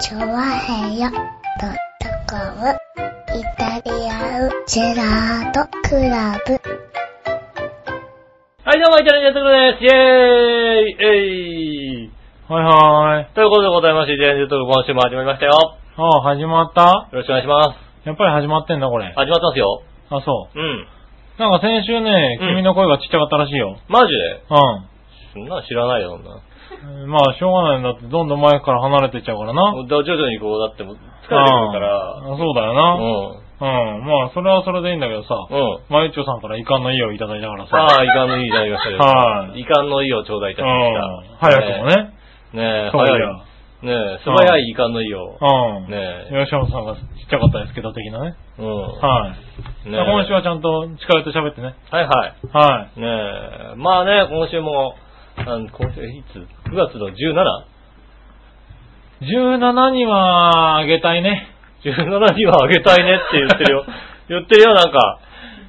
チョワヘヨドットコムイタリアンジェラートクラブ。はい、どうも、イタリアンジェットクルです。イェーイえいはいはーい。ということでございまして、イタリアンジェットクル今週も始まりましたよ。ああ、始まったよろしくお願いします。やっぱり始まってんだ、これ。始まってますよ。あ、そうん。う。なんか先週ね、うん君の声がちっちゃかったらしいよ。マジでうそんなの知らないよ、そんな。ん。まあ、しょうがないんだって、どんどん前から離れてっちゃうからな。もう徐々にこう、だってもう疲れてくるから。うんあそうだような。ん。うん。まあ、それはそれでいいんだけどさ。うん。まゆっちょさんから遺憾の意をいただいたからさ。さあ、遺憾の意いただきましたけど。はい遺憾の意を頂戴いたうしまんし。た。早くも。ね。ねえ、そう早だい。よ。ねえ、素早い遺憾の意を。うん。ねえ。吉本さんがちっちゃかったですけど、的なね。うん。はい。ねえ今週はちゃんと力入れて喋ってね。はいはい。はねえ、まあね、今週も、なん今週いつ ?9 月の 17?17 い。17には、あげたいね。にはあげたいねって言ってる よ。言ってるよ、なんか。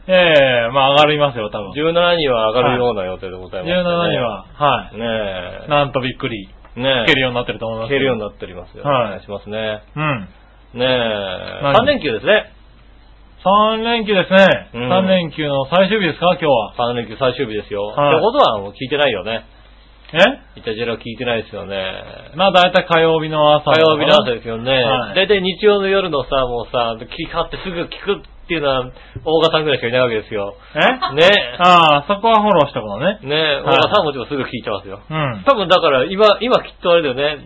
ええまあ上がりますよ、多分。17 17には上がるような予定でございます、には、。はねい。なんとびっくり、え。ねえ。つけるようになってると思いま聞す。けるようにななっておりますよ。はいお願いしますね。うん。ねえ。3連休ですね。 3連休ですね。うん3連休の最終日ですか、今日は。 3連休最終日ですよ。はいってことはもう聞いてないよね。えイタジェラ聞いてないですよね。まあ大体火曜日の朝。火曜日の朝ですよね。はいだいたい日曜の夜のさ、もうさ、聞かってすぐ聞くっていうのは、大賀さんぐらいしかいないわけですよ。えねああ、そこはフォローしたことね。ねえ、はい大賀さんもちろんすぐ聞いてますよ。うん。多分だから、今、今きっとあれだよね。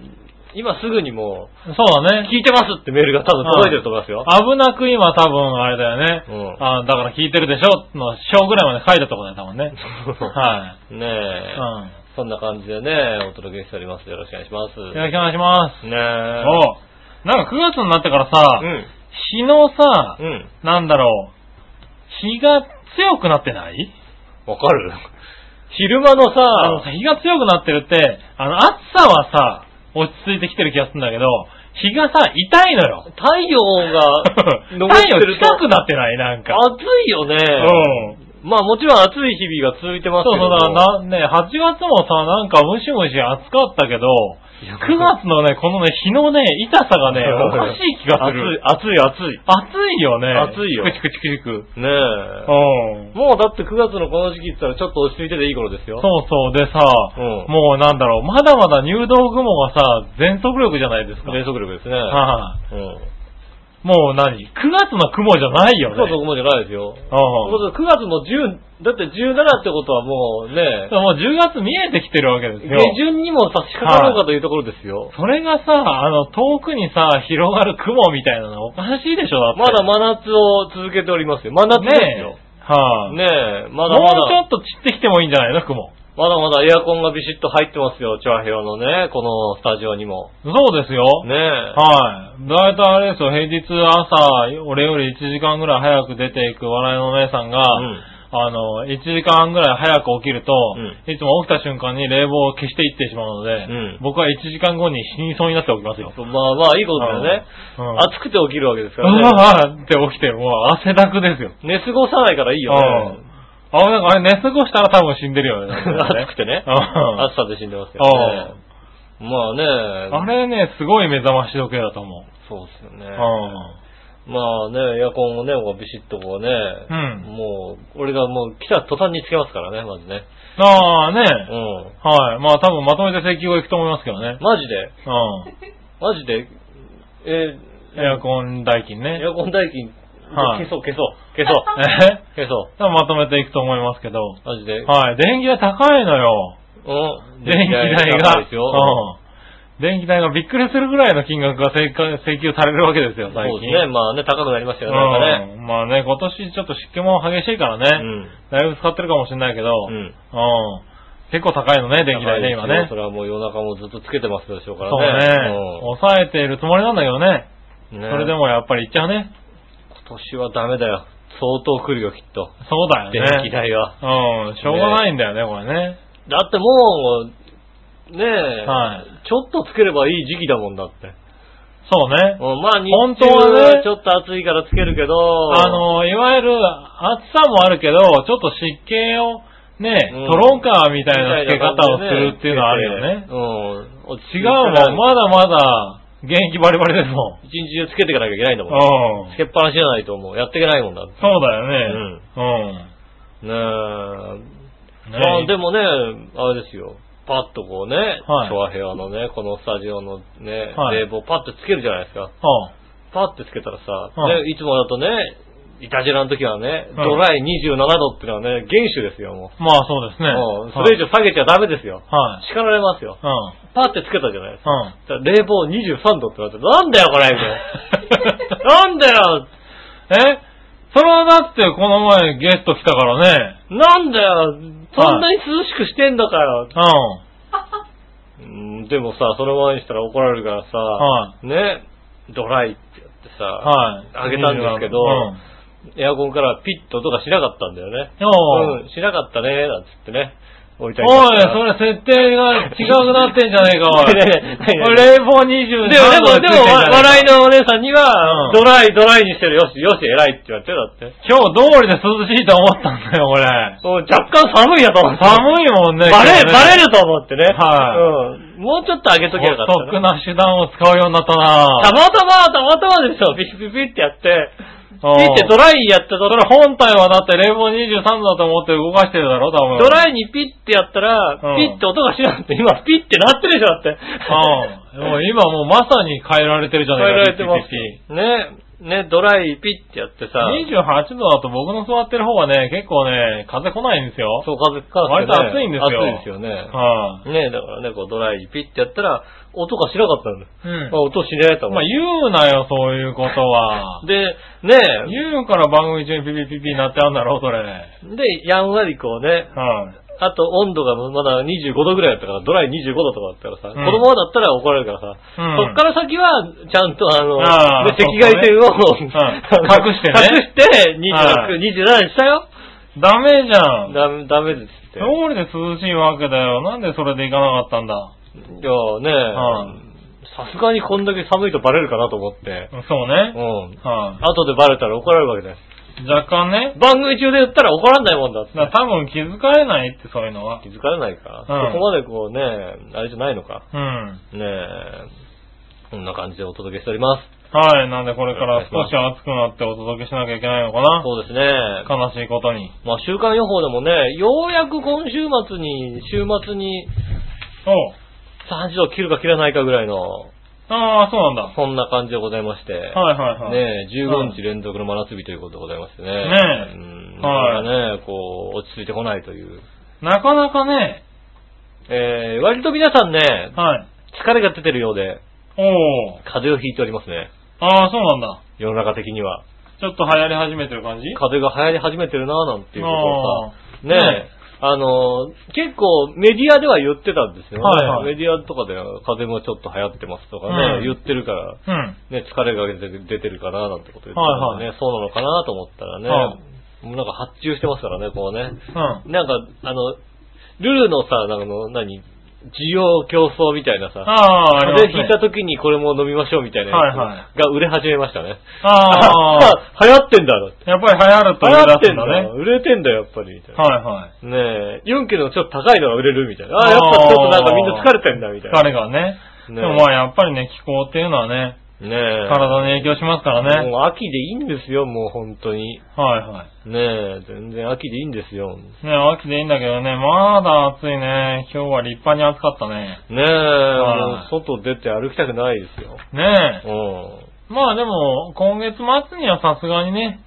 今すぐにもそうだう、ね。聞いてますってメールが多分届いてると思いますよ。危なく今多分あれだよね。うんああだから聞いてるでしょの章ぐらいまで書いたとこだよ、多分ね。は ねい。え、うん。そんな感じでね、お届けしております。よろしくお願いします。よろしくお願いします。ねえ。おうなんか9月になってからさ、うん。日のさ、うん。なんだろう、日が強くなってないわかる昼間のあのささ、、日が強くなってるって、あの、暑さはさ、落ち着いてきてる気がするんだけど、日がさ、痛いのよ。 太陽 が昇っ太て陽ると近くなってないなんか。暑いよね。うん。まあもちろん暑い日々が続いてますそうけそどう、も。だからな、ね、8月もさ、なんかムシムシ暑かったけど、いや9月のね、このね、日のね、痛さがね、おかしい気がする。暑い、暑い、暑い。暑いよね。暑いよチクチクチクチク。ねえ。うん。もうだって9月のこの時期って言ったらちょっと落ち着いてていい頃ですよ。そうそう。でさ、うんもうなんだろう、まだまだ入道雲がさ、全速力じゃないですか。連続力ですね。はいうん。もう何 ?9 月の雲じゃないよね。そうそう、もじゃないですよ。うん9月の10、だって17ってことはもう ね、もう10月見えてきてるわけですよ。下旬にも差し掛かろうかというところですよ。それがさ、あの、遠くにさ、広がる雲みたいなのおかしいでしょ、だって。まだ真夏を続けておりますよ。真夏ですよね。え。はい、ねえ、まだまもうちょだ、っと散ってきてもいいんじゃないの、雲。まだまだエアコンがビシッと入ってますよ、チャーヘオのね、このスタジオにも。そうですよ。ねえ。はい。だいたいあれですよ、平日朝、俺より1時間ぐらい早く出ていく笑いのお姉さんが、うんあの、1時間ぐらい早く起きると、ういつも起きた瞬間に冷房を消していってしまうので、うん僕は1時間後に死にそうになっておきますよ。そうまあまあ、いいことだよね。うん暑くて起きるわけですうからね。わーって起きて、もう汗だくですよ。寝過ごさないからいいよね。あ、なんかあれ寝過ごしたら多分死んでるよ ね。暑くてね。うん暑さで死んでますよね。まあね。あれね、すごい目覚まし時計だと思う。そうですよね。うまあね、エアコンをね、こうビシッとこうね。んもう、俺がもう来た途端につけますからね、まずね。ん。ああね、うん。はい。まあ多分まとめて請求が行くと思いますけどね。マジで、うマジで、えん。エアコン代金ー、ねエ。アコン代金、はい消そう、消そう、消 そう、え消そ多分まとめていくと思いますけど。う。マジで。はい。電気代高いのよ。うん。電気代が。高いですよ。うん。電気代がびっくりするぐらいの金額が請求請求されるわけですよ、そ最近。うですね。まあね、高くなりましたよね、なんかね。うん。まあね、今年ちょっと湿気も激しいからね。うんだいぶ使ってるかもしれないけど。ううん。ん。結構高いのね、電気代ね、今高いですよねそ。れはもう夜中もずっとつけてますでしょうかそうらね。ね。抑えているつもりなんだけどね。うんそねれでもやっぱりいっちゃうね。今年はダメだよ。相当来るよ、きっと。そうだよね。電気。代は。うん。しょうがないんだよね、これね。だってもう、ねえ、はいちょっとつければいい時期だもんだって。そうね。うんまあ日本中当はねちょっと暑いからつけるけど、あの、いわゆる暑さもあるけど、ちょっと湿気をね、うん取ろうか、みみたいなつけ方をするっていうのはあるよね。うん。違うもん。まだまだ、現役バリバリですもん。一日中つけていかなきゃいけないんだもんね。うんつ。けっぱなしじゃないともうやっていけないもんだって。そうだよね。うん。ねえ。ねまあでもね、あれですよ。パッとこうね、はい調和平和のね、このスタジオのね、はい冷房パッとつけるじゃないですか。はパッとつけたらさ、はいねいつもだとね、いたじらの時はね、はいドライ27度ってのはね、厳守ですよ、もう。あ、まあそうですね。もうそれ以上下げちゃダメですよ。はい。叱られますよ。はいパッてつけたじゃないですか。うだから冷ん。うん。房23度ってなって、なんだよ、これみ たいな。なんだよえそれはだってこの前ゲスト来たからね。なんだよそんなに涼しくしてんだから、うん。うんでもさ、そのままにしたら怒られるからさ、はね、ドライってやってさ、はい。あげたんですけどうん。エアコンからピッととかしなかったんだよね。おううん、しなかったね、なんつってね、置いたりおい、それ設定が違くなってんじゃねえか、お い。ねえねえねえおい冷房20でも、でも、でも、笑いのお姉さんには、うんドライ、ドライにしてる、よし、よし、偉いって言われてだって。今日通りで涼しいと思ったんだよ、俺。うん若干寒いやと思って。寒いもんね。バレ、今バ日ねレると思ってね。はうん。もうちょっと上げときゃよかったなお得な手段を使うようになったなたまたま、たまたまでしょ、ピッピッピッってやって、うんピッてドライやってたそれ本体はだって冷房23度だと思って動かしてるだろ、多分。ドライにピッてやったら、うんピッて音がしなくて、今ピッて鳴ってるでしょ、だって。うん。もう今もうまさに変えられてるじゃ変えないらかれてますよ。ね、ね、ドライピッてやってさ、 28度だと僕の座ってる方はね、結構ね、風来ないんですよ。そう風か割と暑いんですよ暑いですよね。はね、だからね、こうドライピッてやったら、音がしなかったんだよ。い。うんまあ、音しねえと思まあう。言うなよ、そういうことは。で、ね、言うから番組中にピピピピになってあんだろう、それ。はい。で、やんわりこうね、あと温度がまだ25度ぐらいだったから、ドライ25度とかだったからさ、うんこのままだったら怒られるからさ、うんそっから先は、ちゃんとあの、あーね赤外線を、ん隠してね隠して、は26、27にしたよ。ダメじゃん。ダメ、ダメですって。どうりで涼しいわけだよ。なんでそれで行かなかったんだ。いやね、さすがにこんだけ寒いとバレるかなと思って、そううね。ん。は後でバレたら怒られるわけだよ。い。若干ね。番組中で言ったら怒らんないもんだって。だから多分気づかれないって、そういうのは。気づかれないか。うんそこまでこうね、あれじゃないのか。うん。ねえ、こんな感じでお届けしております。はい。なんでこれから少し暑くなってお届けしなきゃいけないのかな。そうですね。悲しいことに。まあ、週間予報でもね、ようやく今週末に、週末におう30度切るか切らないかぐらいの、ああ、そうなんだ。そんな感じでございまして、はいはいはい。ねえ、15日連続の真夏日ということでございましてね。ねえうん、はなかいなかね、こう、落ち着いてこないという。なかなかね、えー、割と皆さんね、はい。疲れが出てるようで、おー。風邪をひいておりますね。ああ、そうなんだ。世の中的には。ちょっと流行り始めてる感じ風邪が流行り始めてるなぁなんていうことをさ、あーねえ、ねあの、結構メディアでは言ってたんですよね。はいはいメディアとかでは風邪もちょっと流行ってますとかね、うん言ってるから、うん。ね、疲れが出て出てるかななんてこと言ってたはらいね、そうなのかなと思ったらね、はもうなんか発注してますからね、こうね。うん。なんか、あの、ルルのさ、なんかあの、何、需要競争みたいなあさ、あ、あ風ります邪ひいたね。時にこれも飲みましょうみたいなやつはいはが売れ始めましたね。ああ、あ、流行ってんだなって。やっぱり流行ると流売れ行っ出てすんんだだねね。。売れてんだよ、やっぱり。みたいなはいはい。ねえ、ユンケルのちょっと高いのが売れるみたいな。ああ、やっぱあーちょっとなんかみんな疲れてんだみたいな。疲れがね。ねでもまあやっぱりね、気候っていうのはね、ねえ。体に影響しますからね。もう秋でいいんですよ、もう本当に。はいはねえ、全然秋でいいんですよ。ねい。ね、秋でいいんだけどね、まだ暑いね。今日は立派に暑かったね。え、もはうい外出て歩きたくないですよ。ねうえ。まあでも、今月末にはさすがにね、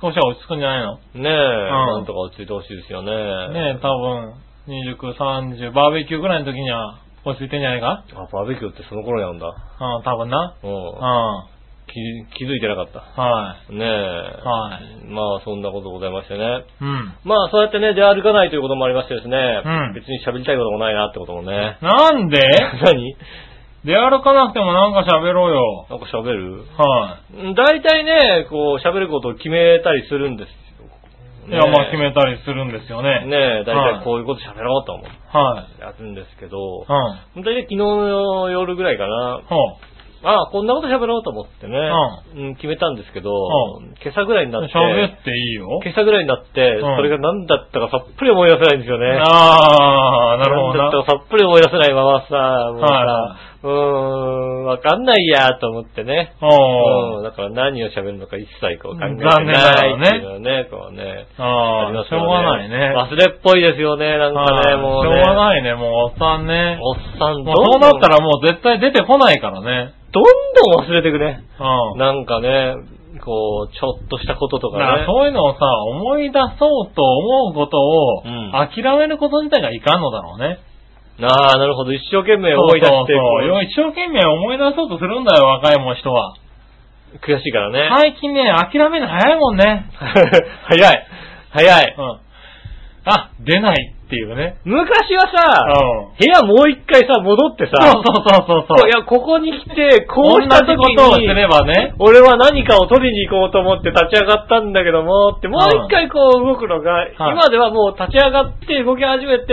少しは落ち着くんじゃないん。のねえ、なんとか落ち着いてほしいですよね。ねえ、多分、29、30、バーベキューぐらいの時には落ち着いてんじゃないかあ、バーベキューってその頃やんだ。うん、多分な。ううんん。。は気気づいてなかった。い。ねえ。はまあ、そんなことございましてね。うん。まあ、そうやってね、出歩かないということもありましてですね。うん別に喋りたいこともないなってこともね。な んで何出歩かなくてもなんか喋ろうよ。なんか喋るはうん大体ね、こう、喋ることを決めたりするんですい。よ。いや、まあ決めたりするんですよね。ねえ、大は体いこういうこと喋ろうと思ってはい。やるんですけどう、ん。は大体昨日の夜ぐらいかな、ああ、こんなこと喋ろうと思ってね、うん決めたんですけど、う今朝ぐらいになって、喋っていいよ。今朝ぐらいになって、うんそれが何だったかさっぱり思い出せないんですよね。ああ、なるほど何だっな。たかさっぱり思い出せないままさ、もうさ、はうーん、わかんないやと思ってね。おうん、ー。だから何を喋るのか一切こう考えて残念ながないらねっていうのはね、こうね。あありあま、しすよょうがないね。忘れっぽいですよね、なんかね、はいもうしょね。うがないね、もうおっさんね。おっさん、どんもど。うんそうなったらもう絶対出てこないからね。どんどん忘れてくね。うん。なんかね、こう、ちょっとしたこととだかからね。そういうのをさ、思い出そうと思うことをうん、諦めること自体がいかんのだろうね。ああ、なるほど。一生懸命思い出して、そうそうそうこよ一生懸命思い出そうとするんだよ、若いもん人は。う悔しいからね。最近ね、諦めるの早いもんね。 早い。早い。うん。あ、出ないっていうね。昔はうさ、ん。部屋もう一回さ、戻ってそうさ、そうそうそうい。や、ここに来て、こうした時同じに、ことをすればね。俺は何かを取りに行こうと思って立ち上がったんだけども、って、もう一回こう動くのが、今ではもう立ち上がって動き始めて、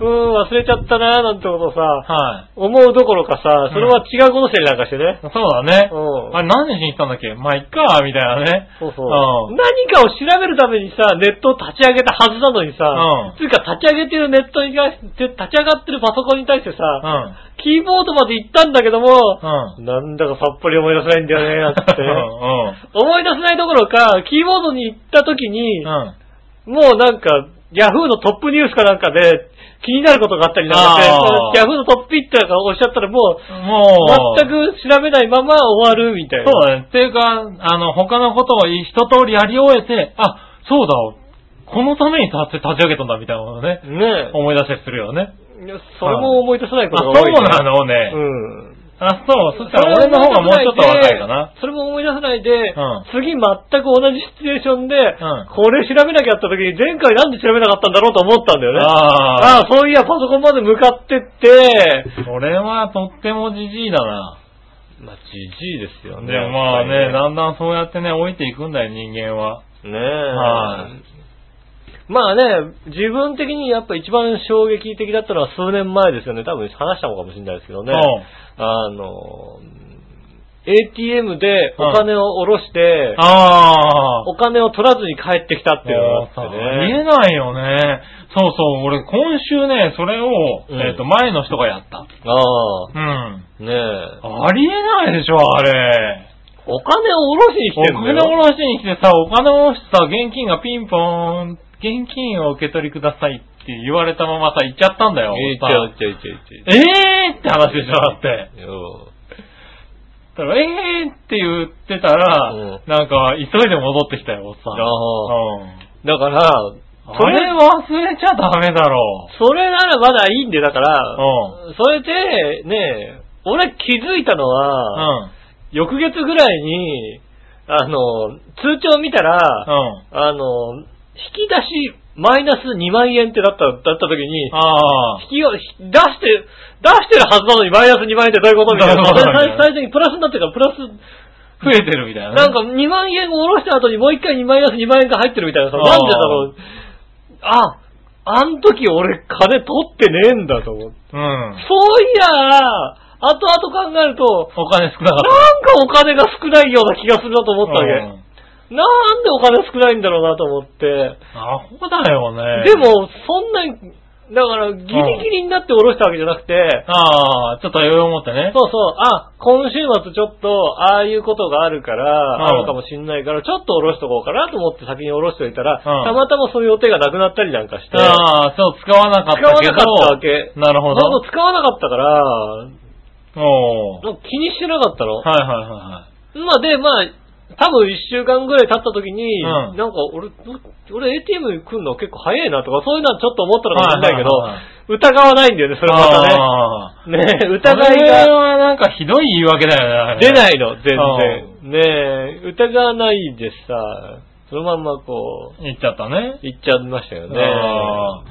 う、うん忘れちゃったなーなんてことをさ、は思うどころかさ、それは違うことしてなんかしてねい。。そうだねう。ん。あれ何しに行ったんだっけまあ、いっか、みたいなね。そうそうう。ん何かを調べるためにさ、ネットを立ち上げたはずなのにさ、うんつうか立ち上げてるネットに対して、立ち上がってるパソコンに対してうさ、ん。キーボードまで行ったんだけども、うん。なんだかさっぱり思い出せないんだよね、なんつってね。うん。思い出せないどころか、キーボードに行った時に、うん。もうなんか、ヤフーのトップニュースかなんかで、気になることがあったりなんかあしーて、ヤフーのトップピッターがおっしゃったらもう、もう、全く調べないまま終わるみたいな。そうだね。っていうか、あの、他のことを一通りやり終えて、あ、そうだ、このために立ち立ち上げたんだ、みたいなことね。ね思い出したりするよね。えいやそれも思い出せないあ、こそとうが多いね、なのね。うん。あ、そう。そしたら俺の方がもうちょっと若いかな。それも思い出せないで、ん次全く同じシチュエーションで、んこれ調べなきゃあった時に、前回なんで調べなかったんだろうと思ったんだよね。ああ。ああ、そういや、パソコンまで向かってって、それはとってもじじいだな。まあ、じじいですよね。でもまあね、やっだんだんそうやってね、老いていくんだよ、人間は。ぱりねねえ。はいまあね、自分的にやっぱ一番衝撃的だったのは数年前ですよね。多分話したのかもしれないですけどね。あの、ATM でお金を下ろしてうん。、ああ。お金を取らずに帰ってきたっていうのがあっ見てえね。ないよね。そうそう、俺今週ね、それを、うんえっ、と、前の人がやった。ああ、うん。ねえ。ありえないでしょ、あれ。お金を下ろしに来おてんの金よ。おろしに来てさ、お金おろしてさ、現金がピンポーン、現金を受け取りくださいって言われたままさ、行っちゃったんだよ。いっちゃういっちゃういっちゃういっちゃうええーって話でしょ、だって。よだからええーって言ってたら、うんなんか、急いで戻ってきたよ、おっさん。ああうんだから、そそれれ、忘れちゃダメだろそれならまだいいんで、だから、う。それで、ね、俺気づいたのうは、ん。うん。翌月ぐらいに、あの、通帳見たら、うん。あの、引き出しマイナス2万円ってだった、だった時に、ああ。引きを、ひ出して、出してるはずなのにマイナス2万円ってどういうことみたいな。なるほど最最初にプラスになってから、プラス、増えてるみたいなね。なんか2万円を下ろした後にもう一回2マイナス2万円が入ってるみたいなさ、あーなんでだろう。あ、あん時俺金取ってねえんだと思って。うそん。ういやあ、後々考えると、お金少なかなんっかお金が少ないような気がするなと思た。ったわけ。うんなんでお金少ないんだろうなと思って。アホだよね。で、も、そんなに、だから、ギリギリになって下ろしたわけじゃなくて、ああ、ちょっと余裕を持ってね。そうそう、あ、今週末ちょっと、ああいうことがあるから、うんあるかもしんないから、ちょっと下ろしとこうかなと思って先に下ろしておいたら、うんたまたまそういう予定がなくなったりなんかして、ああ、そう、使わなか使ったわけなど。かったわけ。なるほど。そうそう使わなかったから、おお。はい気にしてなかったの。はいはまあで、まあ、多分一週間ぐらい経った時に、うなんんか俺、俺 ATM 来るの結構早いなとか、そういうのはちょっと思ったのかもしれないけど、はいはいはいは疑わないんだよね、そいれはい。はまああ。たね。ねえそ疑いれがはなんかひどい言い訳だよね。。出ないいの、全然。ねえ、疑わないでさ、そのまんまこう、言っちゃったね。行っちゃいましたよね。ああ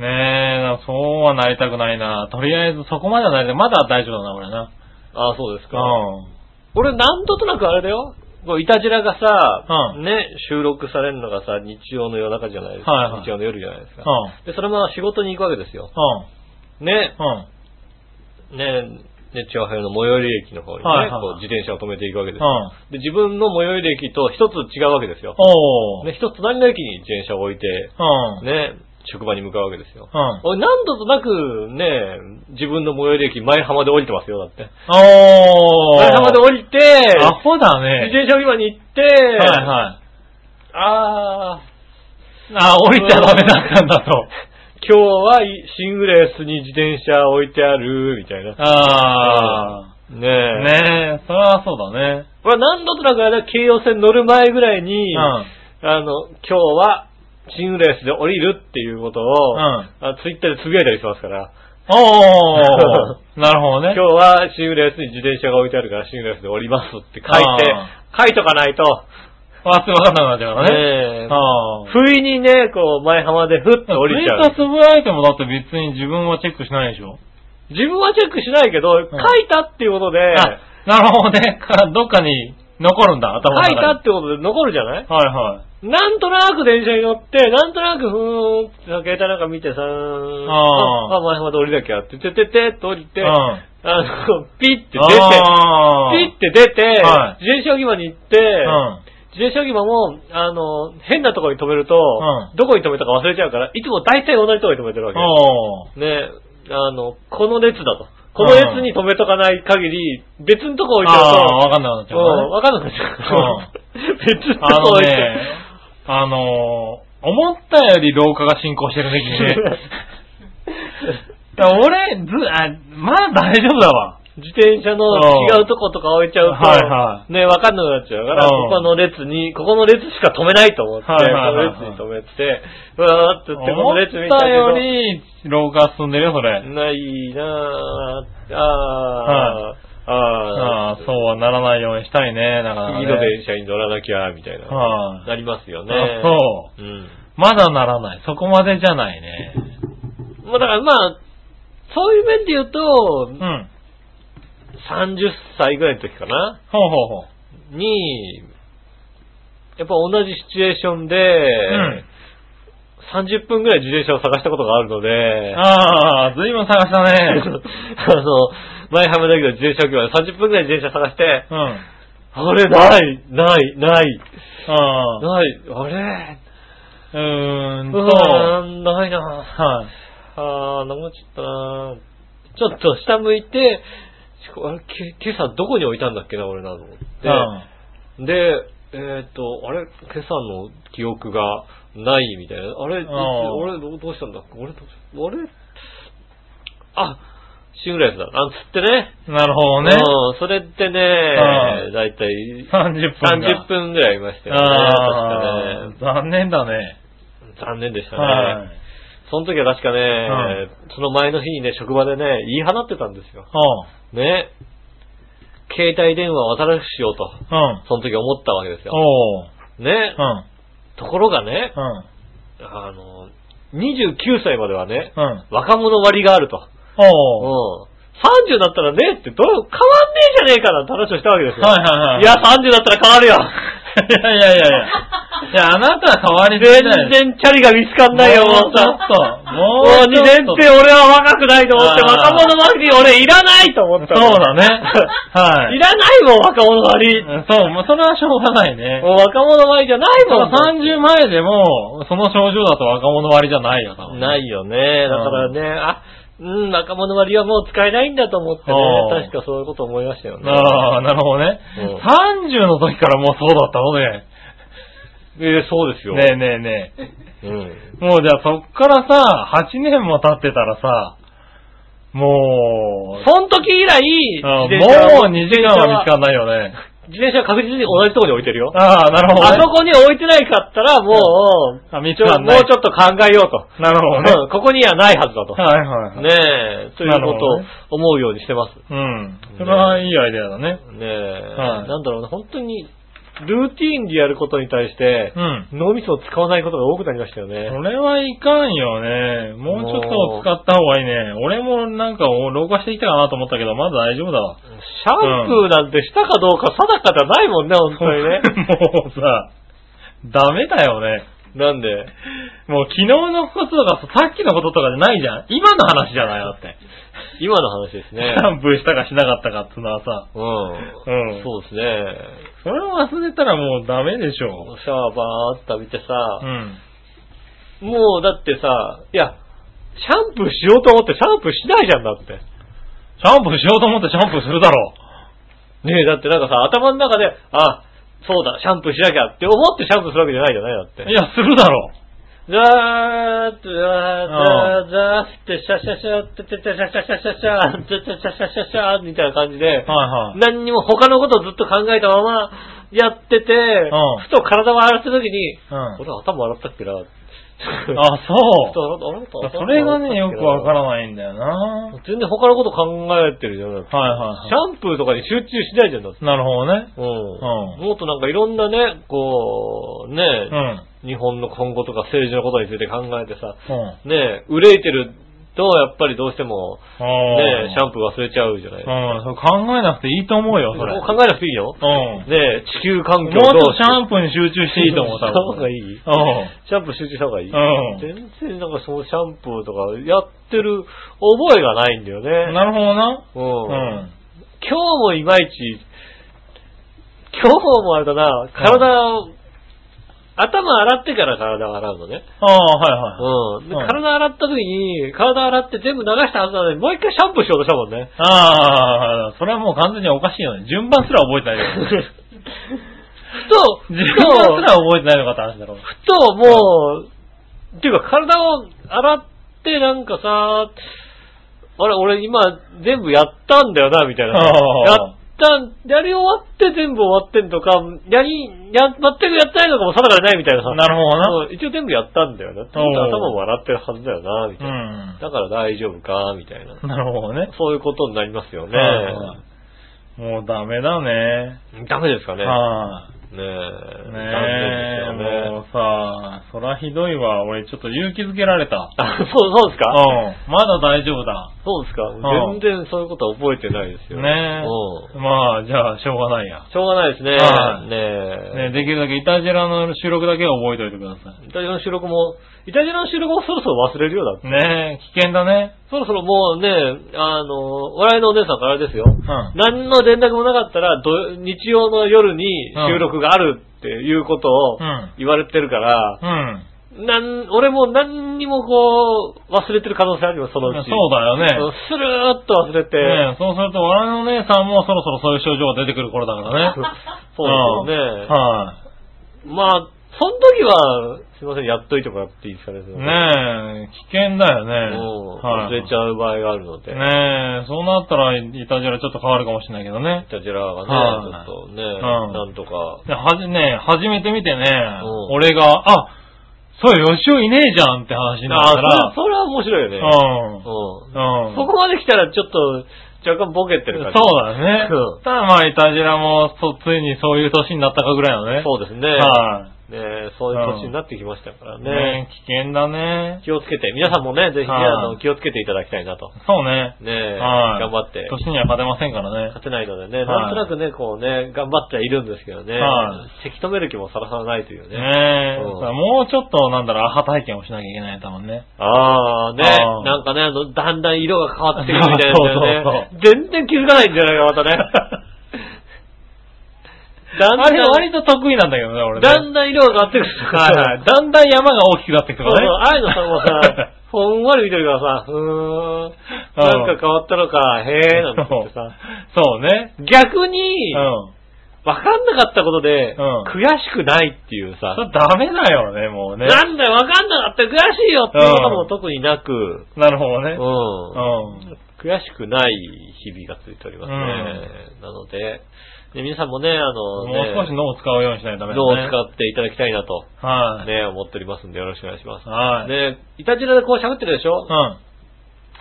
ねえ、なんかそうはなりたくないな。とりあえずそこまではなりたくまだ大丈夫だな、俺な。ああ、そうですか。うん。俺なんとなくあれだよ。こういたじらがさ、うね、収録されるのがさ、日曜の夜中じゃないですか。はいはい日曜の夜じゃないですか。うんで、そのまま仕事に行くわけですよ。うね、ん。うん。ね、ね、長平の最寄り駅の方にね、はいはいこう自転車を止めていくわけですうよ、ん。で、自分の最寄り駅と一つ違うわけですよ。おお。ね、一つ隣の駅に自転車を置いて、うん。ね、職場に向かうわけですよ。うん。俺何度となくね、自分の最寄り駅前浜で降りてますよ、だって。おー。前浜で降りて、アホだ自ね。転車売り場に行って、はいはい。あー、あ、降りちゃダメだったんだ と。今日はいシングレースに自転車置いてある、みたいな。あねー。え。ねえ、それはそうだね。まあ何度となくあれだ京葉線乗る前ぐらいに、うん。あの、今日はシングレースで降りるっていうことを、うんあツイッターでつぶやいたりしますから、おー。 なるほどね。今日はシングレースに自転車が置いてあるからシングレースで降りますって書いてあ、書いとかないと、わってわかんなくなっちゃうからね。ねえあー。不意にね、こう前浜でふっと降りちゃツイッターう。つぶやいてもだって別に自分はチェックしないでしょ。自分はチェックしないけど、書いたっていうことで、あ、なるほどね。 かどっかに残るんだ、頭の中書いに。たってことで残るじゃないはいはい。なんとなく電車に乗って、なんとなく、ふーんって携帯なんか見てさーん、あーあ、前まで降りなきゃって、てててって降りて、うんあの、ピッて出て、あーピッて出て、はい自転車置き場に行って、うん。自転車置き場も、あの、変なところに止めると、んどこに止めたか忘れちゃうから、いつも大体同じところに止めてるわけ。おー。ね、あの、この列だと。この列に止めとかない限り、別のとこ置いちゃうあー、と、わかんなくなっちゃうからうんね。わかんなくなっちゃうから。別のとあこの置いて。ね、あのー、思ったより老化が進行してるね、君 ね。だから俺、ず、あ、まあ大丈夫だわ。 自転車の違うとことか置いちゃうと、はいはね、わかんなくなっちゃうから、うんここの列に、ここの列しか止めないと思って、はいはいはいはいこの列に止めて、うわーって言って、こ思の列見ったたけよど、り老化進んでるよ、それ。ないなぁ、あー、あー、ああ、そうはならないようにしたいね、だから、次ね。の電車に乗らなきゃ、みたいな、はいなりますよね。。あそううん。う。まだならない。そこまでじゃないね。まあだからまあ、そういう面で言うと、うん。 30歳ぐらいの時かなほうほうほう。に、やっぱ同じシチュエーションで、うん。 30分ぐらい自転車を探したことがあるので、ああ、ずいぶん探し たあ ね。の、前浜だけど自転車置き場で30分ぐらい自転車探して、うん。あれ、ない、ない、ない、ああ。ない、あれ、うーうんんと、ないなはい。あー、なくなっちゃったなちょっと下向いて、あれ、け今朝どこに置いたんだっけな、俺なの。うで、ん。で、えーっと、あれ、今朝の記憶がないみたいな。あれ、ああ俺どどうしたんだ俺どうしたあれあ、シングルレスだ。あ、つってね。なるほどね。うん、それってね、だいたい30分が。 30分ぐらいいましたよね。ああ、確か残念だね。ね。残念でしたね。はい。その時は確かね、んその前の日にね、職場でね、言い放ってたんですよ。うね。携帯電話を新しくしようと、ん。うん。その時思ったわけですよ。おー。ねう。ん。ところがね、うん。あの、29歳まではね、うん。若者割があると。うん。おー。 30になったらねって、どう、変わんねえじゃねえかなって話をしたわけですよ。はいはいはいいや、30だったら変わる よ。いやい やいやいや。いや、あなたは変わりすぎだよ。全然チャリが見つかんないよ、ももううさ。ちょっもともうう2年ちょっと生俺は若くないと思って、あー若者割に俺いらないと思そうったの。だね。はいい。らないもん、若者割。もそう、もうそれはしょうがないね。う若者割じゃないでももん。 30前でも、その症状だと若者割じゃないよ、多分。ないよね。だからね、あ、うん、若者割はもう使えないんだと思ってあねー、確かそういうこと思いましたよね。ああ、なるほどねうん。 30の時からもうそうだったのね。ええそうですよ。ねえねえねえ。うん。もうじゃあそっからさ、8年も経ってたらさ、もう、その時以来、あもう自転車は2時間は見つかんないよね。自転車は確実に同じところに置いてるよ。ああ、なるほど、あね。そこに置いてないかったら、もう、あ見つちょかんもなうい。ちょっと考えようと。なるほどね。うんここにはないはずだと。はいはいはい。ねえ、ということをなる思うようにしてます。うん。それはいいアイデアだね。ねえ、はいなんだろうね、本当に、ルーティーンでやることに対してう、ん。脳みそを使わないことが多くなりましたよそね。れはいかんよね。もうちょっと使った方がいいね。俺もなんかお老化してきたかなと思ったけど、まだ大丈夫だわ。シャンプーなんてしたかどうか定かじゃないもんね、本当にね。 もうさ、ダメだよね。なんで、もう昨日のこととかささっきのこととかじゃないじゃん。今の話じゃないだって。今の話ですシね。ャンプーしたかしなかったかってのはさ、うん。うんそうですね。それを忘れたらもうダメでしょ。シャワーバーっと浴びてさ、うん。もうだってさ、いや、シャンプーしようと思ってシャンプーしないじゃんだって。シャンプーしようと思ってシャンプーするだろねえ、だってなんかさ、頭の中で、あ、そうだ、シャンプーしなきゃって思ってシャンプーするわけじゃないじゃないだってう。い。や、するだろう。ザーッと、ザーッと、ザーッて、シャシャシャって、てて、シャシャシャシャシャ、てて、シャシャシャシャ、みたいな感じで、はいはい。何にも他のことをずっと考えたままやってて、んふと体を洗った時に、うん俺頭洗ったっけな。あ、あ、そそうう。それがね、よくわからないんだよな。はい全然他のこと考えてるじゃん。だってはいシはャンプーとかに集中しないじゃんだって。い。なるほどね。うん。うんもっとなんかいろんなね、こう、ね、うん。日本の今後とか政治のことについて考えてさ、うん。ね、憂いてると、やっぱりどうしても、あね、ーシャンプー忘れちゃうじゃないですか。うん、そう考えなくていいと思うよ、それ。もう考えなくていいよ。うん。ね、地球環もう境ちょっどうとシャンプーに集中していいと思う、した多方が分。いいシャンプー集中した方がいい、うん全然なんかそのシャンプーとかやってる覚えがないんだよね。うん。なるほどな。うんうん。今日もいまいち、今日もあれだな、体を、頭洗ってから体を洗うのね。ああ、はういはい。ん。でうん体洗った時に、体洗って全部流したはずなのに、もう一回シャンプーしようとしたもん ね。ああ、それはもう完全におかしいよね。順番すら覚えてない よ。そう、順番すら覚えてないのかって話だろう。ふともう、っていうか体を洗ってなんかさ、あれ、俺今全部やったんだよな、みたいな。あやあったん、やり終わって全部終わってんとか、やり、や、全くやってないのかも定かじゃないみたいなさ。なるほどな。うん一応全部やったんだよな。頭も洗ってるはずだよな、みたいな。だから大丈夫か、みたいなう。ん。 なるほどね。そういうことになりますよね。はいもうダメだね。ダメですかね。ねはえ。い。ねえ、ダメですよもね。うさ、そらひどいわ。俺ちょっと勇気づけられた。あ、そう、そうですうかん。まだ大丈夫だ。そうですか、ん全然そういうことは覚えてないですよ。ねうんえ。まあ、じゃあ、しょうがないや。しょうがないですね。はいねねえ。できるだけイタジェラの収録だけは覚えておいてくださイタジェラの収録も、イタジェラの収録もそろそろ忘れるようだって。い。ねえ、危険だね。そろそろもうね、あの、笑いのお姉さんからあれですよ。うん。何の連絡もなかったら、ど日曜の夜に収録があるっていうことをうん言われてるから、うん。なん俺も何にもこう、忘れてる可能性あるよ、そそのううだち。よね。スルーっと忘れて。ねえそうすると、我々のお姉さんもそろそろそういう症状が出てくる頃だからね。 そうですよね。はまあ、その時は、すいません、やっといてもらっていいですかね。そい。のねえ、危険だよね。うん忘はい。れちゃう場合があるので。ねえ、そうなったら、イタジェラちょっと変わるかもしれないけどねイ。タジェラがはね、いちょっとね、んなんとか。ではじ、ねえ初めて見てう、ねん俺が、あ、そうよ、吉尾いねえじゃんって話になったあらあ、それそれは面白いよね。うん。うんうん。そこまで来たらちょっと、若干ボケてるそう感じ。だねうん。ただまあ、イタジラも、そう、ついにそういう年になったかぐらいのね。そうですね。はねそういう年になってきましたからい。ね。ね危険だね。気をつけて、皆さんもね、ぜひね、はいあの、気をつけていただきたいなと。そうね。ねはい。頑張って。年には勝てませんからね。勝てないのでね、はいなんとなくね、こうね、頑張ってはいるんですけどねは、せき止める気もさらさらないというね。ねえ。うんさあもうちょっと、なんだろう、アハ体験をしなきゃいけない、多分ね。ああ、ね、あーなんかね、あの、だんだん色が変わってくるみたいなんだよね。 そ全然気づかないんじゃないか、またね。 だんだあれ、割ん、と得意なんだけどね、俺ね。だんだん色が変わってくる。はいはい。だんだん山が大きくなってくそうるそうね。ああいうのさ、もう さ、ほんわり見てるからさ、うーん、なんか変わったのか、へえ、なんて言ってさ。そうね。逆うに、ん。わかんなかったことで、うん悔しくないっていうさそ、れダメだよね、もうね。なんだよ、わかんなかった、悔しいよっていうことも特になく、なるほどうね。ん。うん。悔しくない日々がついておりますね。なので、ね皆さんもね、あの、もうね、少し脳を使うようにしないとダメだ脳ね。を使っていただきたいなと、はい。ね、思っておりますんでよろしくお願いします。はい。ね、いたじらでこう喋ってるでしょうん。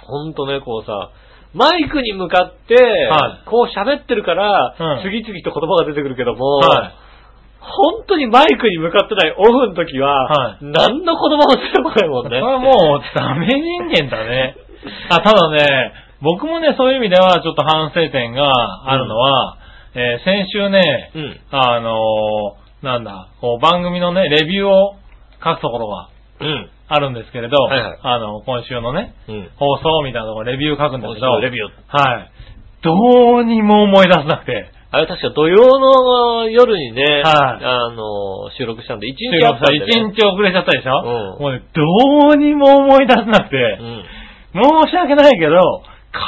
ほんとね、こうさ、マイクに向かって、はいこう喋ってるから、うん次々と言葉が出てくるけども、はい。本当にマイクに向かってないオフの時は、はい何の言葉も出てこないもんそれね。はもうダメ人間 だね。あ、ただね、僕もね、そういう意味ではちょっと反省点があるのは、えー先週ね、うん。あのーなんだ、こう番組のね、レビューを書くところがうん。あるんですけれど、はいはいあの、今週のね、うん。放送みたいなところレビュー書くんだ今週けのど、レビュー。はい。どうにも思い出せなくて。あれ確か土曜の夜にね、はいあの、収録したんで、一一日あったんで、ね。日遅れちゃったでしょ、うんもうね、どうにも思い出せなくて、うん。申し訳ないけど、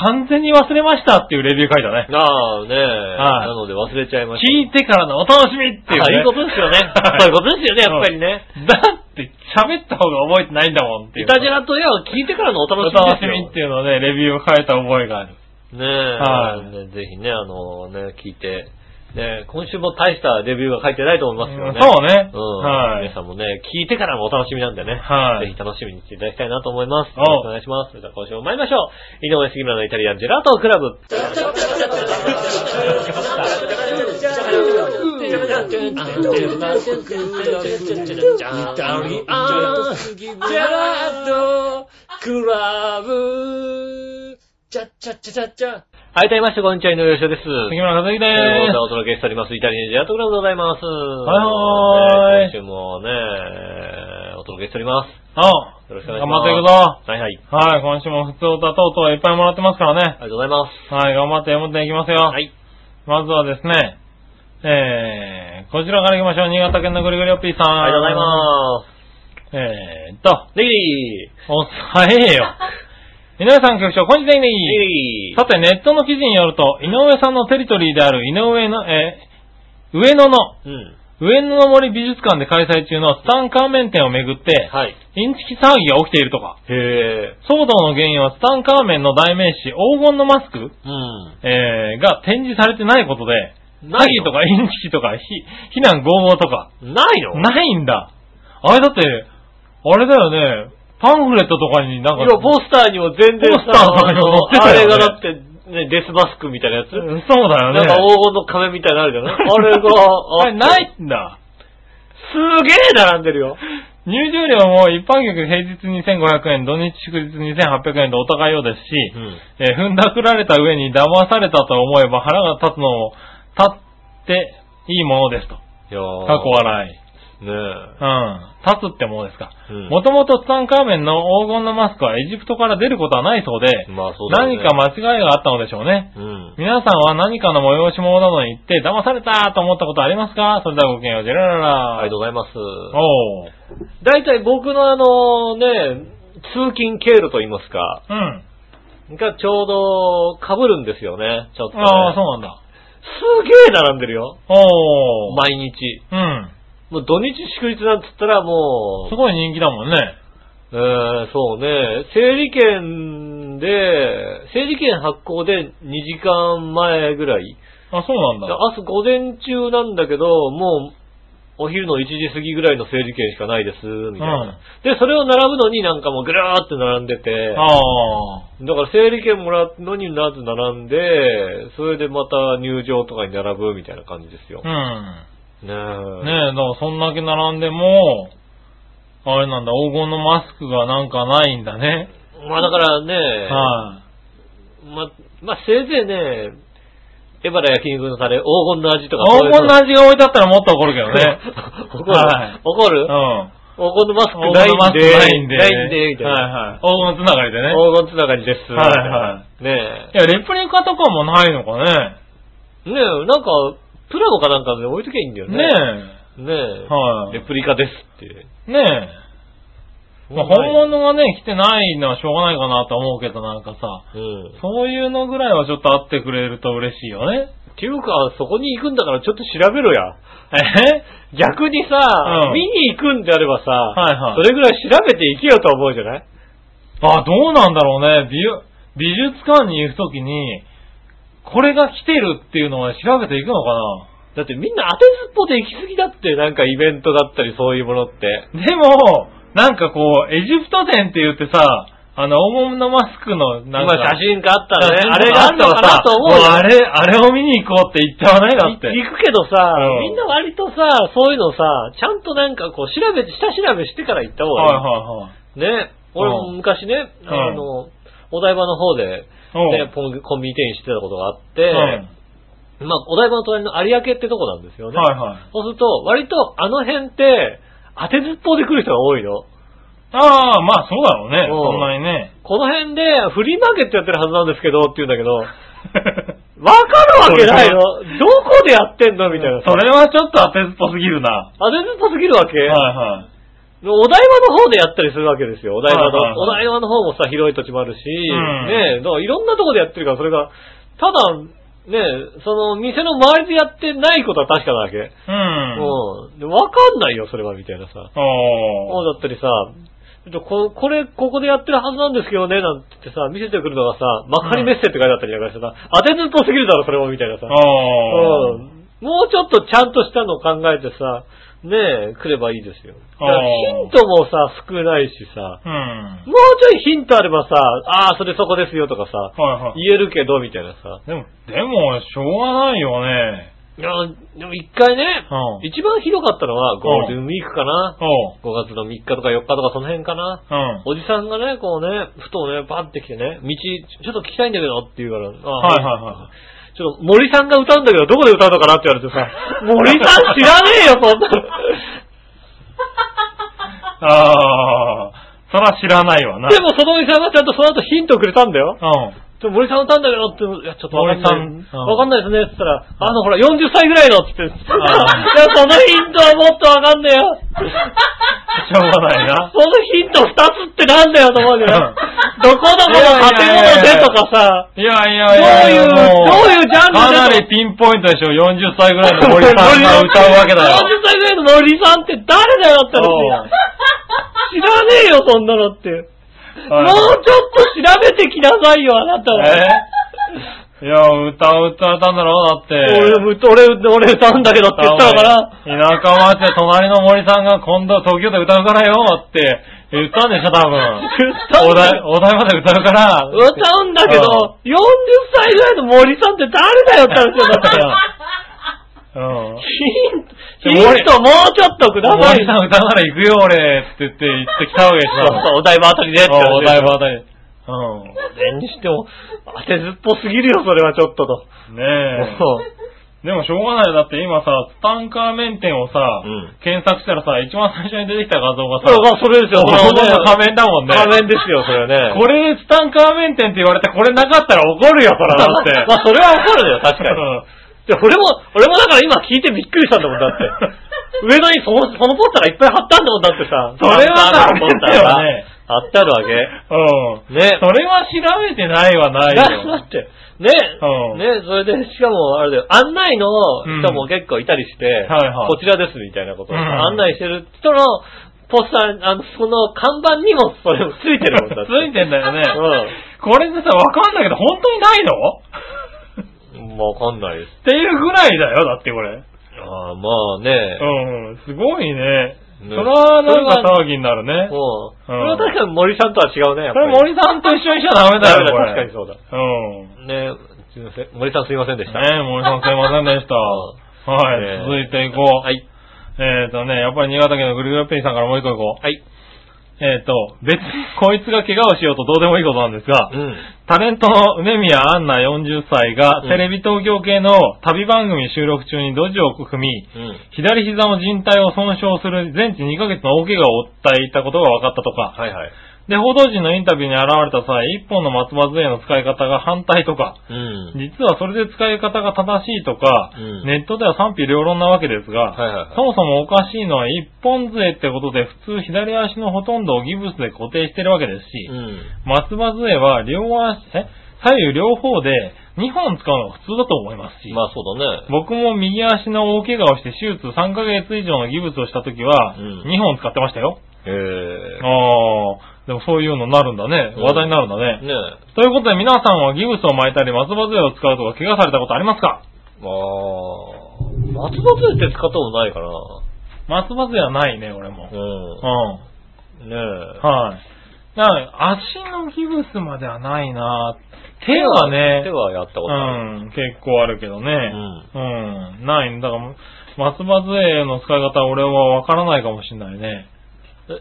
完全に忘れましたっていうレビュー書いたね。ああねえ、はないので忘れちゃいました。聞いてからのお楽しみっていう、ね。。あいうことですよね そういうことですよね、やっぱりね。と。だって、喋った方が覚えてないんだもんってい。いうたじらといえば聞いてからのお楽おしみで楽すしよ。みっていうのをね、レビューを書いた覚えがある。ねえ、はいねぜひね、あのね、聞いて、ね今週も大したレビューが書いてないと思いますけどね。そうね。うん、は皆い。さんもね、聞いてからもお楽しみなんでね。はいぜひ楽しみにしていただきたいなと思います。およろしくお願いします。それでは今週も参りましょう。井上杉村のイタリアンジェラートクラブ。はい、どうもまして、こんにちは、井上芳雄です。杉村和樹でということでお届ーけしております。イタリアンジェラートクラブでございます。はねいはーい今週もね、お届けしております。す。あ、よろしくお願いします頑張っていはくぞ。いはい。はい、今週も普通歌等々いっぱいもらってますからねあ。りがとうございまはい、頑張って読んでいきますよ。す。はい。まずはですね、えー、こちらから行きましょう。新潟県のぐりぐりおっぴーさん。ありがとうございます。ざいます。えーっと、ネギリー おっさえよ。井上さん局長、こんにちは、ねネギリーさて、ネットの記事によると、井上さんのテリトリーである井上の、えー上野の、うん。上野の森美術館で開催中のツタンカーメン展をめぐって、はい。インチキ騒ぎが起きているとか。へえ。騒動の原因はツタンカーメンの代名詞、黄金のマスク、うん。えーが展示されてないことで、な詐い欺とのかインチキとか、非難合謀とか、ないのないんだ。あれだって、あれだよね、パンフレットとかになんか、今ポスターにも全然さポスターとかにも載ってたあよねれがだって、ね、デスマスクみたいなやつ、うんそうだよね。なんか黄金の亀みたいなのある じゃないあれが、ああれないんだ。すげえ並んでるよ。入場料も一般客平日2500円、土日祝日2800円とお高いようですし、うん。えー踏んだくられた上に騙されたと思えば腹が立つのを立っていいものですと。いやー過去笑い。ねえ。うん。立つってものですか。うんもともとツタンカーメンの黄金のマスクはエジプトから出ることはないそうで、まあそうだよね何か間違いがあったのでしょうね。うん。皆さんは何かの催し物などに行って騙されたと思ったことありますかそれではごきげんよう、ジェラララ。ありがとうございます。おう。大体僕のあのね、通勤経路といいますか、うん。がちょうど被るんですよね、ちょっと、ね。ああ、そうなんだ。すげえ並んでるよ、おー。毎日。うん。もう土日祝日なんつったらもすごい人気だもんね。う、えー、そうね、整理券で、整理券発行で2時間前ぐらい。あ、そうなんだ。明日午前中なんだけど、もう、お昼の1時過ぎぐらいの整理券しかないです、みたいな。で、それを並ぶのになんかもうぐらーって並んでて、ああ。だから整理券もらうのになぜ並んで、それでまた入場とかに並ぶみたいな感じですよ。ねうえ。ねん。ねえ、だからそんだけ並んでも、あれなんだ、黄金のマスクがなんかないんだね。まあだからね、はま、まあせいぜいね、エバラ焼肉のタレ、黄金の味とかい。黄金の味味が置いてあったらもっと怒るけどね。怒る、はい 怒うるん。黄金のマスク黄な金のマスいんクで、ないんで。ないんで、みたいな。はいはい。黄金つながりでね。黄金つながりです。。はいはいねいや、レプリカとかもないのかね。え。ねえ、なんか、プラモかなんかで置いときゃいいんだよね。ねえ。ねえ。はいレプリカですって。え。ねえ。まあ、本物がね、来てないのはしょうがないかなと思うけど、なんかさ、うん。そういうのぐらいはちょっとあってくれると嬉しいよね。っていうか、そこに行くんだからちょっと調べろや。え逆にさ、うん見に行くんであればさ、はいはいそれぐらい調べて行けよと思うじゃないあ、どうなんだろうね。美術美術館に行くときに、これが来てるっていうのは調べていくのかだってみんな当てずっぽで行き過ぎだって、なんかイベントだったりそういうものって。な。でも、なんかこう、エジプト展って言ってさ、あの、黄金のマスクの、なん今か、写真があったらね、写あ真れとかがあるのかなと思うもうよあれ、あれを見に行こうって言っちゃわないだ行って。行くけどさ、うんみんな割とさ、そういうのさ、ちゃんとなんかこう調べて、下調べしてから行った方はいはいがはいい。い。ね。俺も昔ね、んあの、お台場の方で、おうね、ポンコンビニ店員してたことがあって、うんまあ、お台場の隣の有明ってとこなんですよね。はいはい。そうすると、割とあの辺って、当てずっぽうで来る人が多いの。ああ、まあそうだろうね。うんそんなにね。この辺で、フリーマーケットやってるはずなんですけど、って言うんだけど、 わかるわけないのどこでやってんのみたいな。それはちょっと当てずっぽすぎるな。あれずっぽすぎるわけ、はいはい。お台場の方でやったりするわけですよ。お台場の、はいはいはいお台場の方もさ、広い土地もあるし、んねえ、だからいろんなとこでやってるから、それが、ただ、ねえ、その、店の周りでやってないことは確かなわけ。うん。うん。でわかんないよ、それは、みたいなさ。おもーうだったりさ、ちょっとここれ、ここでやってるはずなんですけどね、なんて言ってさ、見せてくるのがさ、幕張メッセって書いてあったりなんかしてさ、当てずっぽすぎるだろ、それも、みたいなさ。おうーんもうちょっとちゃんとしたのを考えてさ、ねえ、来ればいいですよ。だからあーヒントもさ、少ないしさ、うん。はいもうちょいヒントあればさ、ああ、それそこですよとかさ、はい。言えるけど、みたいなさ。でも、でも、しょうがないよね。いや、でも一回ね、うん一番ひどかったのはゴールデンウィークかな。おう。 5月の3日とか4日とかその辺かな。うん。おじさんがね、こうね、ふとね、バッて来てね、道、ちょっと聞きたいんだけどって言うから、ははい。はいはいちょっと森さんが歌うんだけど、どこで歌うのかなって言 われてさ、森さん知らねえよ、そんな。ああ、そら知らないわな。でもそのおじさんがちゃんとその後ヒントくれたんだよ。うちょ森さん歌うんだけどって、いや、ちょっとわかんない。森さんうんわかんないですねって言ったら、あの、ほら、40歳ぐらいのって言って、いあや、そのヒントはもっとわかんねえよ。ん。しょうがないな。そのヒント2つってなんだよと思うんだよ。どこどこの建物でとかさ、いやいやどういういやもどういうジャンルでかなりピンポイントでしょ。40歳ぐらいの森さん が歌うわけだよ。 40歳ぐらいの森さんって誰だよっておう話。知らねえよ、そんなのって。もはういちょっと調べてきなさいよ、あなたは。えいや、歌う歌えたんだろうだって。俺、俺、俺歌うんだけどって言ったのかな。田舎町で隣の森さんが今度東京で歌うからよって言ったんでしょ、多分。歌うんおだ台、お台まで歌うから。歌うんだけど、40歳ぐらいの森さんって誰だよって話になったら、うん。うん。ヒント、ヒントもうちょっとください森。さん歌うなら行くよ、俺って言って行ってきたわけでしそうょ。そう、お台場あたりでってうんお台場あたたり。うん。り。にしても、当てずっぽすぎるよ、それはちょっとと。ねえ。でもしょうがないよ。だって今さ、ツタンカーメン店をさ、うん検索したらさ、一番最初に出てきた画像がそさ、うまあそれ ですよ、ほとんどの仮仮面だもんね。仮面ですよ、それはね。これ、ツタンカーメン店って言われてこれなかったら怒るよ、そらだって。 まあ、それは怒るよ、確かに。うんで、俺も、俺もだから今聞いてびっくりしたんだもん、 だって。上野にその、そのポスターがいっぱい貼ったんだもん、だってさ。それはあさのポスターがあれだよね貼ってあるわけ。うん。ね。それは調べてないはないだよっ。て、ね、うんね、それで、しかも、あれだよ、案内の人も結構いたりして、はいはいこちらですみたいなことをさ、うん案内してる人の、ポスター、あの、その看板にもそれもついてるもんだって。 ついてんだよね。うこれでさ、わかんないけど、本当にないのん。わかんないです。っていうぐらいだよ、だってこれ。ああ、まあね。うん、すごいね。ねそれはなんか騒ぎになるね。もう、それは確かに森さんとは違うね、やっそぱりれ。森さんと一緒にしちゃダメだよ、これ。確かにそうだ。うん。ねすいません。森さんすいませんでした。ね森さんすいませんで した。はい、ね続いていこう。はい。えっ、ー、とね、やっぱり新潟県のグルグルペイさんからもう一個いこう。はい。えっ、ー、と、別にこいつが怪我をしようとどうでもいいことなんですが、うん。タレントの梅宮アンナ40歳が、うんテレビ東京系の旅番組収録中にドジを踏み、うん。左膝の靭帯を損傷する全治2ヶ月の大怪我を負っていたことが分かったとか、はいはい。で、報道陣のインタビューに現れた際、一本の松葉杖の使い方が反対とか、うん。実はそれで使い方が正しいとか、うんネットでは賛否両論なわけですが、はいはいはいそもそもおかしいのは一本杖ってことで普通左足のほとんどをギブスで固定してるわけですし、うん。松葉杖は両足、え左右両方で2本使うのが普通だと思いますし、まあそうだね。僕も右足の大怪我をして手術3ヶ月以上のギブスをした時は、うん2本使ってましたよ。ええああ、でもそういうのになるんだね。うん話題になるんだね。ねえ。あということで皆さんはギブスを巻いたり松葉杖を使うとか怪我されたことありますかー松葉杖って使ったことないから。松葉杖はないね、俺も。う。うんねえん。。はい。だから足のギブスまではないな手はね、手はやったことある。うん、結構あるけどね。うん。ないんだから、松葉杖の使い方俺はわからないかもしれないね。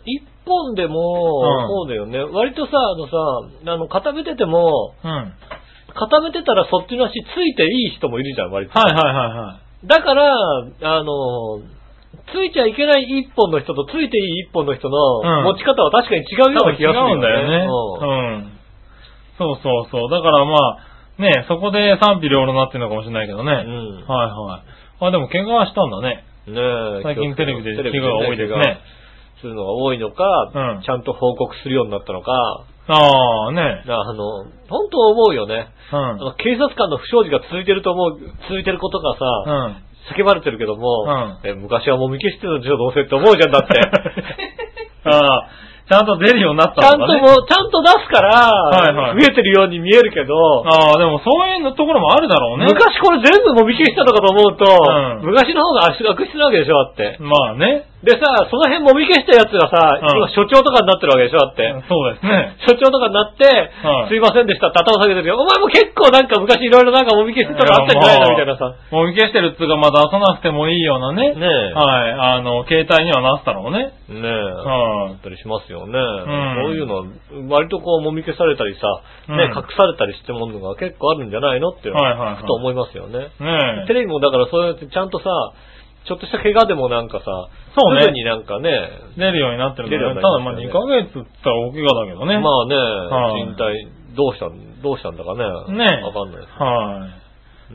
一本でも、そうだよね。割とさ、あのさ、あの、固めてても、うん。はい固めてたらそっちの足ついていい人もいるじゃん、割と。はいはいはい。だから、あの、ついちゃいけない一本の人とついていい一本の人のうん持ち方は確かに違うような気違がするうんだよね。うんうん。そうそうそう。だからまあ、ねそこで賛否両論になってるのかもしれないけどね。うんはいはい。あ、でも怪我はしたんだね。ねえ最近テレビで気をつけて怪我が多いですね。するのが多いのか、うんちゃんと報告するようになったのか、ああ、ねなあの、本当思うよね。うあん。の警察官の不祥事が続いてると思う、続いてることがうさ、ん。 叫ばれてるけども、うえ昔はもみ消してたでしょ、どうせって思うじゃんだ って。ああ、ちゃんと出るようになっちゃたんのとかね。もう、ちゃんと出すから、はいはい増えてるように見えるけど、ああ、でもそういうところもあるだろうね。昔これ全部もみ消してたのかと思うと、うん昔の方が足が悪質なわけでしょ、だって。まあね。でさ、その辺もみ消したやつがさ、うん今所長とかになってるわけでしょ、だって。そうです所ね。長とかになって、はいすいませんでしたって頭下げてるけど、お前も結構なんか昔いろいろなんかもみ 消してたのあったんじゃないのみたいなさ。もみ消してるっつうかまだ出さなくてもいいようなね。ねえはい。あの、携帯にはなったろうね。ねえ。はあっい。たりしますよね。んそういうのは、割とこう、もみ消されたりさ、ね、うん隠されたりしてものが結構あるんじゃないのっていうのはいはいはいふと思いますよね。ねテえ。レビもだからそうやってちゃんとさ、ちょっとした怪我でもなんかさ、そうねすぐになんかね、出るようになってるけ出るよど、うね、にたなりまだまあしたよね2ヶ月って言ったら大怪我だけどね。まあね、はい人体、どうしたん、どうしたんだかね。ねえわかんないですは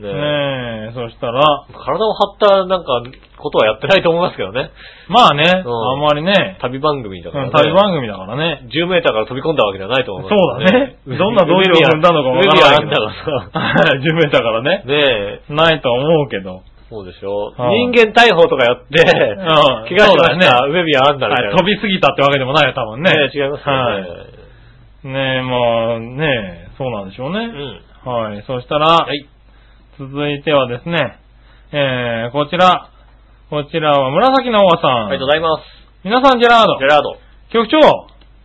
い。ねねえ、そしたら、体を張ったなんか、ことはやってないと思いますけどね。まあね、うんあんまりね、旅番組だから、旅ね。番組だからね。 10メーターから飛び込んだわけじゃないと思う。そうだねどんな道道理を踏んだのかわからないけどんだかはい10メーターからね。らさ。ねえ、ないとは思うけど。そうでしょ。はい人間逮捕とかやって、うん。怪我しそうだまよしね。た、梅宮アンダみたいはいな。飛びすぎたってわけでもないよ、多分ね。ねえ違いますはよいね。。ねえ、まあ、ねえ、そうなんでしょうね。うん。はい。そしたら、はい。続いてはですね、えー、こちら。こちらは紫のおばさん。ありがとうございます。皆さん、ジェラードジェ。ラード。局長、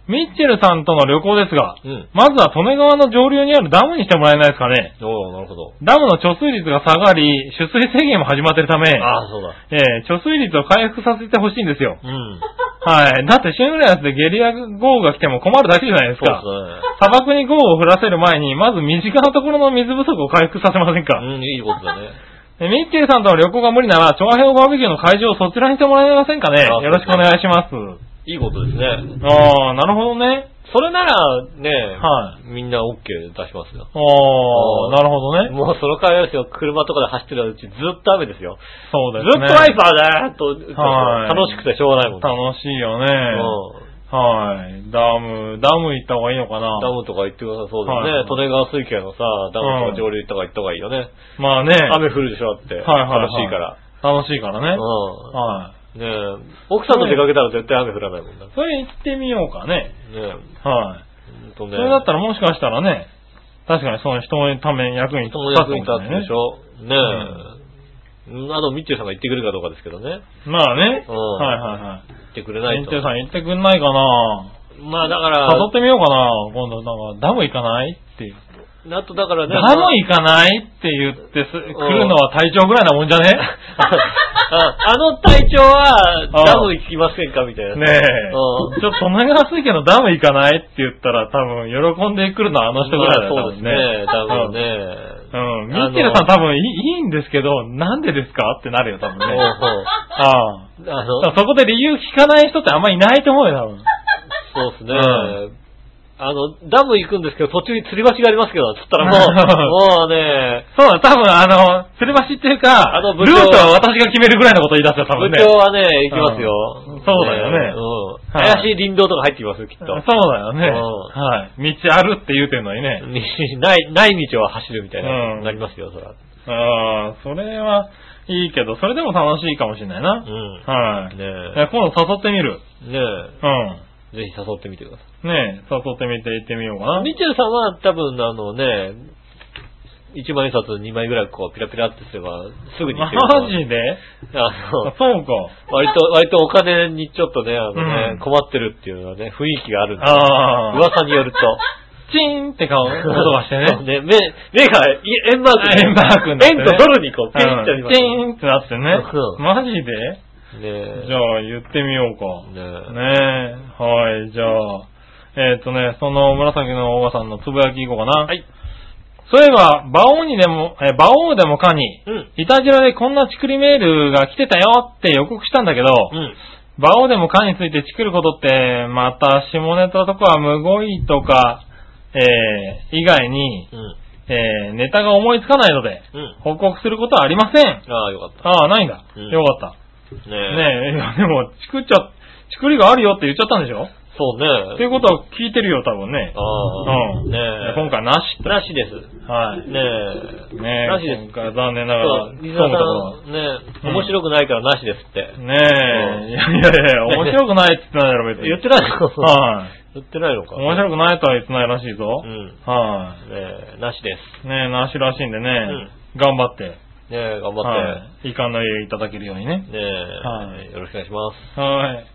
ミッチェルさんとの旅行ですが、うん。まずは利根川の上流にあるダムにしてもらえないですかね。おーなるほど。ダムの貯水率が下がり、取水制限も始まっているため、ああ、そうだ。えー貯水率を回復させてほしいんですよ。うん。はい。だってシングラスでゲリラ豪雨が来ても困るだけじゃないですそうか。砂漠に豪雨を降らせる前に、まず身近なところの水不足を回復させませでんすか。ね。うん、いいことだね。えミッチェルさんとの旅行が無理なら、長平バーベキューの会場をそちらにしてもらえませんかね。あよろしくお願いします。いいことですね。あー、なるほどね。それなら、ね、はみんな OK 出しますよ。あー、なるほどね。もうその会話ですよ。車とかで走ってるうちずっと雨ですよ。そうずでっすとね。ワイパーだーっと、はい楽しくてしょうがないもん。楽しいよね。はい。ダム、ダム行った方がいいのかうんダなムとか行ってください。そうだはいよね。利根川水系のさ、ダムとうんか上流とか行った方がいいよね。まあね。雨降るでしょだって。楽しいはいはいはいから。楽しいからね。うはん。ねえ奥さんと出かけたら絶対雨降らないもんな。ねい。それ行ってみようかね。えはい。ほんとそね。れだったらもしかしたらね、確かにその人のために役に立つ人のか役もにしれない立つでしね。ょ。ねえ。うんあと、ミッチェルさんが行ってくれるかどうかですけどね。まあね。うんはいはい行は。ってくれないいミッとチェ。ルさん行ってくんないかなまあだから、誘ってみようかな今度なんか、ダム行かないっていう。あとだからね。ダム行かないって言ってす、来るのは体調ぐらいなもんじゃねああの隊長は、ダム行きませんかみたいな。ねえ。うんちょっと利根川水系のダム行かないって言ったら多分喜んでくるのはあの人ぐらいだよまあそうですね。ダ多ム分ね。うん。ミあのッチェルさん多分いいいいんですけど、なんでですかってなるよ、多分ね。ほうほうああ。あその、うそこで理由聞かない人ってあんまいないと思うよ、そうですねう。あの、ダム行くんですけど、途中に吊り橋がありますけど、つったら もう、もうね、多分。そうだ、多分あの、吊り橋っていうか、あのル部ー長トは私が決めるぐらいのこと言い出すよ、多部分ね。長はね、行きますよ。うんそうだよねうんはい怪しい林道とか入ってきますよ、きっと。そうだよね。うんはい。道あるって言うてんのにね。 ない、ない道を走るみたいな、うんなりますよ、そら。ああ、それはいいけど、それでも楽しいかもしれないな。うん。はい。ねいや今度誘ってみる。え、ねうん。え、ぜひ誘ってみてください。ねえ、誘ってみて行ってみようかな。ミッチェルさんは多分あのね、1枚札2枚ぐらいこうピラピラってすればすぐに行けるとマ思う。ジでああの、そうか。割と、割とお金にちょっとね、あのね、うん困ってるっていうのはね、雰囲気があるんで。ああ。噂によると。 チーンって顔、音がし てそうね、ね。目、目がい円マークに。円マークになってね円とドルにこう、ピンってやりうんまチすーンってなってねそう。マジでねじゃあ言ってみようか。ねえねえ。はい、じゃあ。えーっ、とね、その紫のおばさんのつぶやきいこうかな。はい。そういえば、馬王にでも、えー、馬王でもかに、うん。いたじらでこんなチクリメールが来てたよって予告したんだけど、うん。馬王でもかについてチクることって、また下ネタとか無語いとか、えー以外に、うん。えー、ネタが思いつかないので、うん。報告することはありません。ああ、よかっああ、ないんだ。うん。よかったた。ねえ。ねえ、いやでも、チクっちゃ、チクリがあるよって言っちゃったんでしょそうね。っていうことは聞いてるよ、多分ね。ああ。うんねえ。今回なし。なしです。はい。ねえ。ねえ、なしです。今回残念ながそら、う、リスナーさん、ねえ、うん面白くないからなしですって。ねえ、いやいやいや、面白くないって言ってないだろ、別に。言ってないのはい。言ってないのか。面白くないとは言ってないらしいぞう。ん。ねはえ、なしです。い。ねえ、なしらしいんでねん、頑張って、ねえ、頑張っはい。いかの家いただけるようにね。て。ねはえ、よろしくお願いします。はい。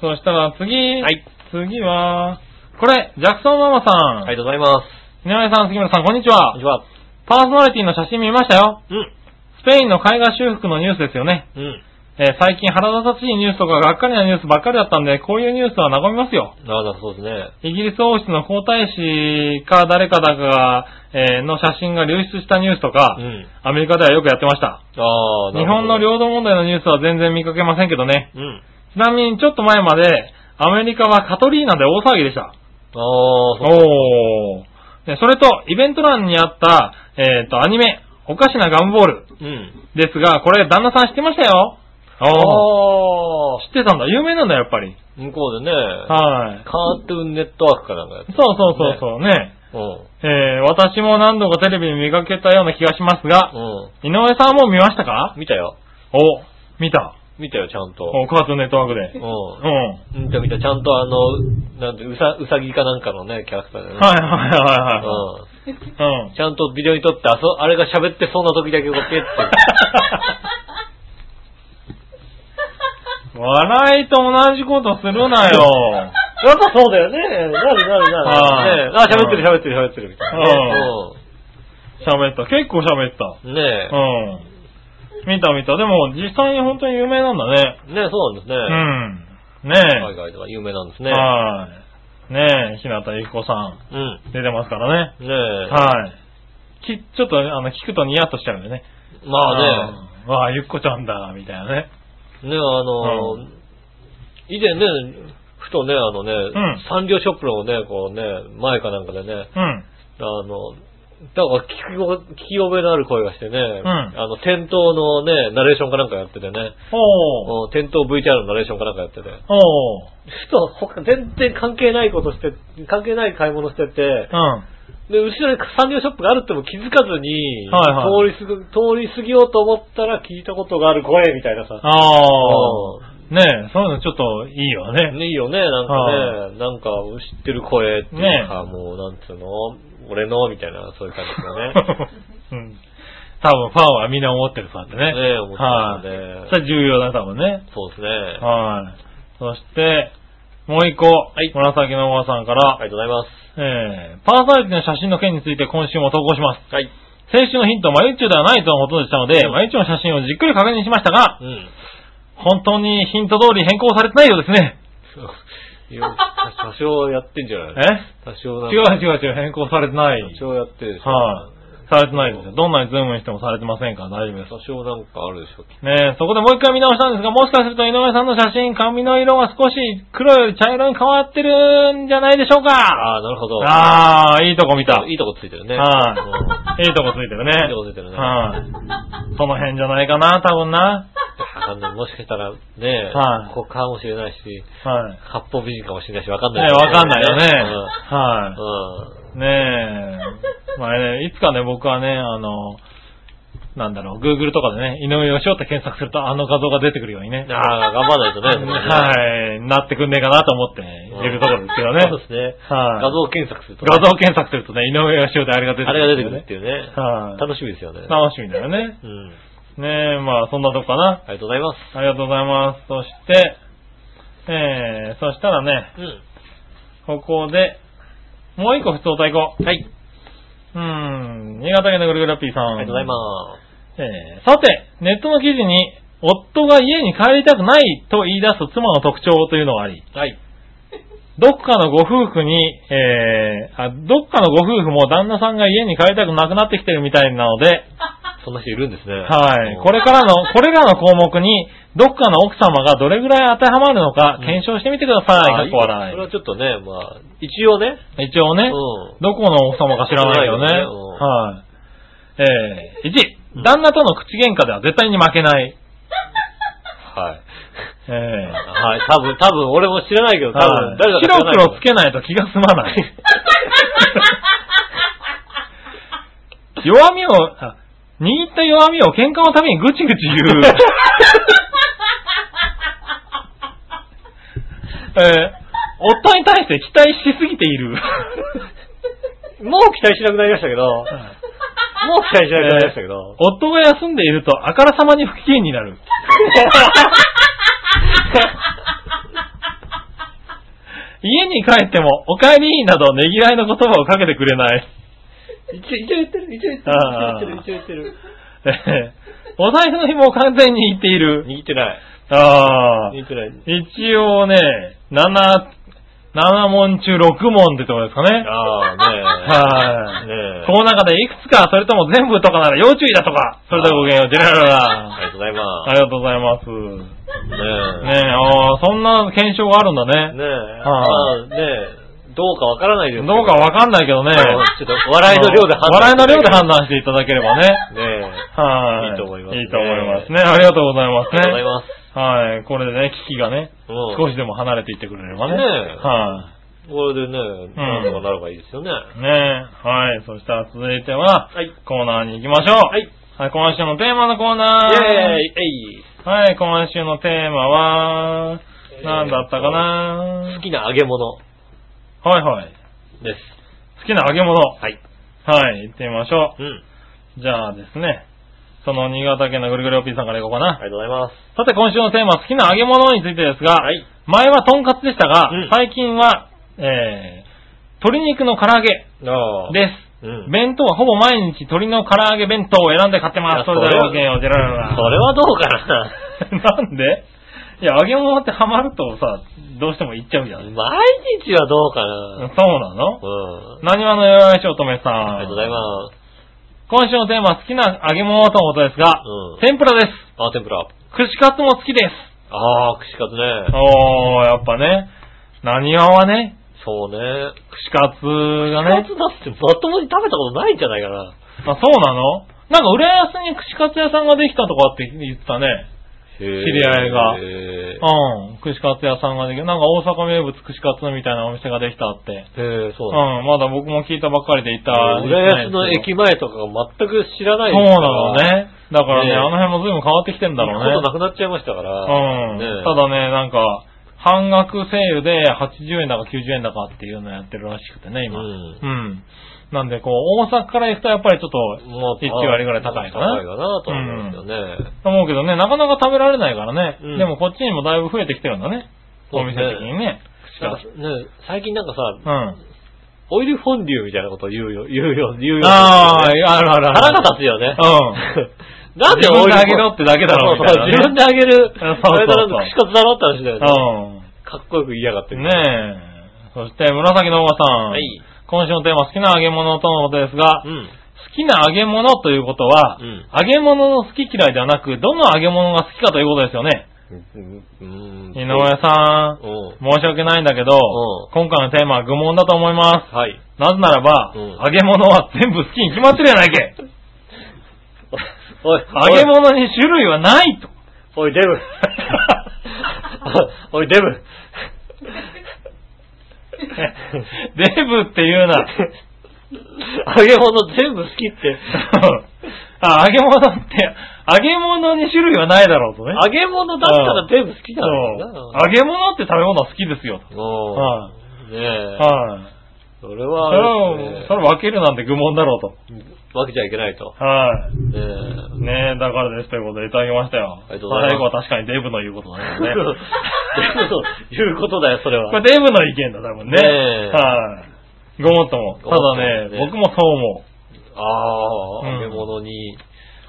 そしたら次、はい。次は、これ、ジャクソンマあマさりん。がとうございます。井上さん、杉村さん、こんにちこんはに。ちは。パーソナリティの写真見ましたよ。うん。スペインの絵画修復のニュースですよね。うん。えー最近腹立たしいニュースとかがっかりなニュースばっかりだったんで、こういうニュースは和みますよ。なあ、だそうですね。イギリス王室の皇太子か誰かだかが、えーの写真が流出したニュースとか、うん。アメリカではよくやってました。ああ、な日るほ本どの領土問題のニュースは全然見かけませんけどね。うん。ちなみにちょっと前まで、アメリカはカトリーナで大騒ぎでした。ああ、そう。おー。でそれと、イベント欄にあった、えっ、と、アニメ、おかしなガンボールうん。ですが、これ、旦那さん知ってましたよ。ああ知、ってたんだ。有名なんだ、やっぱり。向こうでね、はい。カートゥーンネットワークかなんかやっそうそうそうそうね。うえー、私も何度かテレビで見かけたような気がしますが、ん。う井上さんはもう見ましたかん。見たよ。お、見た。見たよ、ちゃんと。おカートゥーンネットワークで。う。うんはいん。見た見た、ちゃんとあの、なんて、うさ、うさぎかなんかのね、キャラクターでね。はいはいはうい。はいん。ちゃんとビデオに撮って、あそ、あれが喋ってそうな時だけこう やってって。うん。笑いと同じことするなよ。やっぱそうだよね。なるなるなる。ねえあ、はい喋ってる喋ってる喋ってるみたいなね。喋った。結構喋った。うん。ねえ。うん。見た見た。でも、実際に本当に有名なんだね。ねえ、そうなんですね。うん。海ね外とか有名なんですえ。ね。はい。ねえ、日向ゆき子さん。うん。出てますからね。ねえ。はい。き、ちょっと、あの、聞くとニヤッとしちゃうんでね。まあね。うん。わあ、ゆっこちゃんだ、みたいなね。ね、あのーう以前ね、ふとね、あのね、んサンリオショップのね、こうね、前かなんかでね、うん。あの、だから聞きご聞き覚えのある声がしてね、んあの、店頭のね、ナレーションかなんかやっててね、おー。うん店頭 VTR のナレーションかなんかやってて、おー。ふと他全然関係ないことして、関係ない買い物してて、うん。はで、後ろにサンリオショップがあるっても気づかずに、はいはい通りすぐ、通り過ぎようと思ったら聞いたことがある声みたいなさ、あうんー。ねえ、そういうのちょっといいよね。いいよね、なんかはね、なんか知ってる声っていうか、もうなんつうの、俺の、みたいな、そういう感じだね。 うん。多分ファンはみんな思ってるさって ね。ねえ思ってますよねはいそれ重要だ、多分ね。そうですね。あはい。そして、もう一個。い紫のおばさんから。りがとうございまえー、パーソナリティの写真の件について今週も投稿します。す。はい。先週のヒントはマユッチョではないとのことでしたので、マユッチョの写真をじっくり確認しましたが、うん。本当にヒント通り変更されてないようですね。いや多少やってんじゃないえ多少なんか違う違う違う、変更されてない。多少やってるでしょ。はい、されてないですよ。どんなにズームにしてもされてませんから大丈夫です。多少なんかあるでしょ。ねえ、そこでもう一回見直したんですが、もしかすると井上さんの写真、髪の色が少し黒より茶色に変わってるんじゃないでしょうかああ、なるほど。ああ、いいとこ見た。いいとこついてるね。はい、いいとこついてるね。いいとこついてるねはい、その辺じゃないかな、多分な。あの、もしかしたらね、はいここかもしれないし、はい、八方美人かもしれないし、わかんねないわかんないよね。うんはうんい。ね え。まあね、いつかね、僕はね、あの、なんだろう、Google とかでね、井上義雄って検索するとあの画像が出てくるようにね。ああ、頑張らないとね。はい、なってくんねえかなと思っているところですけどね。そうですね。はい画像検索するとね。画像検索するとね、井上義雄であれが出てあくれがる、出てくるっていうね。はい楽しみですよね。楽しみだよね。うん。ねえ、まあそんなとこかな。ありがとうございます。ありがとうございます。そして、えー、そしたらね、うここで、もう一個普通お対抗。ん。はい。うーん、新潟県のぐるぐるラッピーさん。。ありがとうございますえー、さて、ネットの記事に、夫が家に帰りたくないと言い出す妻の特徴というのがあり、す。はい。どっかのご夫婦に、えー、あ、どっかのご夫婦も旦那さんが家に帰りたくなくなってきてるみたいなので、そんな人いるんですね。はい。これ。れからの、これらの項目に、どっかの奥様がどれぐらい当てはまるのかうん検証してみてください。かっこあ笑それはちょっとね、まあ、一応ね。い。一応うね、ん。どこの奥様か知らないけどね。知らないよねうんはい。えー、うん1、旦那との口喧嘩では絶対に負けない。はい。えー、はい、多分、多分、俺も知らないけど、多は分い、誰か白黒つけけないと気が済ま ない。弱みを、あ握った弱みを喧嘩のためにぐちぐち言う。 えー夫に対して期待しすぎてい る。もう期待しなくなりましたけ ど、もう期待しなくなりましたけど、夫が休んでいるとあからさまに不機嫌になる。家に帰っても、お帰りなどねぎらいの言葉をかけてくれない。一応一応言ってる、一応言 ってあーる、一応言ってる、えーお財布の紐を完全に握っている。一応言ってる。握ってない。ああ。握ってない。一応ね、7、7問中6問ってとこですかね。ああ、ねえ。はいねえ。この中でいくつか、それとも全部とかなら要注意だとか、それではごきげんよう、ジェララあり。ラがとうございあまりがとうございます。す。ねえ、ああ、そんな検証があるんだね。ねえ。まはあねえ、どうかわからないですけどうかわかんないけどね。ちょっと笑いの量で判断。笑いの量で判断していただければね。ねはい。いいと思いますねいいと思いますね。ありがとうございますえ。ありがとうございね。ます。はい。これでね、危機がね、うん少しでも離れていってくれればね。ねえはい。これでね、なんとかなればいいですよね。はねえ。はい。そしたら続いては、い。コーナーに行きましょう。はい。イはい。今週のテーマのコーナー。ェーイえいはい。今週のテーマは、えー何だったか好なきな揚げ物はいはい。です。好きな揚げ物。はい。はい。行ってみましょうん。う。じゃあですね。その新潟県のぐるぐるおぴーさんから行こうかあな。りがとうございます。さて今週のテーマ、好きな揚げ物についてですが、はい。前はトンカツでしたが、うん最近は、えー、鶏肉の唐揚げああ。、です。うん。弁当はほぼ毎日鶏の唐揚げ弁当を選んで買っていまやす。それではごきげんよう、ジェラララそれはどうかななんでいや、揚げ物ってハマるとさ、どうしても行っちゃうじゃん。そう毎日はどうかななのうん。何話のよよいしおとめさん。ありがとうございます。今週のテーマ、好きな揚げ物とのことですが、うん天ぷらです。あ、天ぷら。串カツも好きです。ああ、串カツね。おー、やっぱね、何話はね、そうね。串カツが串カね。ツだってまともに食べたことないんじゃないかな。あ、そうなのなんか浦安に串カツ屋さんができたとかって言ってたね。知り知り合いがへうん。串カツ屋さんができた。なんか大阪名物串カツみたいなお店ができたって。え。へえ、そううなんん。まだ僕も聞いたばっかりでいた。だ。浦安の駅前とか全く知らなそいうですなからの。ね。だからね、ねえあの辺も随分変わってきてんだろ行うくねこ。となくなっちゃいましたから。うん。ねえただね、なんか、半額セールで80円だか90円だかっていうのやってるらしくてね、今。うんうん。なんで、こう、大阪から行くとやっぱりちょっと、も1割ぐらい高いかな高いかなと思いますよね。思うけどね、なかなか食べられないからね。うんでもこっちにもだいぶ増えてきてるんだね。そうおです店ね的にね。なんかね、最近なんかうさ、ん。オイルフォンデュみたいなことを言うよ、言うよ、言うよ。ああ、あるあるある。腹が立つよね。 なんで自分オイルフォンであげろってだけだろそうそうみたいな自ね分であげる。そうそうそうあれだろ、串カツだろって話だよね。うん。うん。かっこよく言いやがってる。ねえ。そして、紫のおばさん。はい。今週のテーマ、好きな揚げ物とのことですが、う好ん。きな揚げ物ということは、うん揚げ物の好き嫌いではなく、どの揚げ物が好きかということですよね。うん。井上さん、うん。申し訳ないんだけど、今回のテーマは愚問だと思います。はい。なぜならば、うん揚げ物は全部好きに決まってるやないけお い、揚げ物に種類はない と。おい、おいデブ。おい、デブ。デブって言うな。揚げ物全部好きって。あ、揚げ物って、揚げ物に種類はないだろうとね。揚げ物だったら全部好きそだろううな。揚げ物って食べ物は好きですよ。おはーねえ。はい。それそはれあれはで、すそね、れ分けるなんて愚問だろうと。分けちゃいけないと。はい。ねえ。ねえ、だからですということでいただきましたよ。ありがとうございます最後は確かにデブの言うことだね そね。ういうことだよ、それは。これデブの意見だ、多分ね。ねえはい。ごもっとも。たごもっともだねね、僕もそう思ああ、うん揚げ物に。う。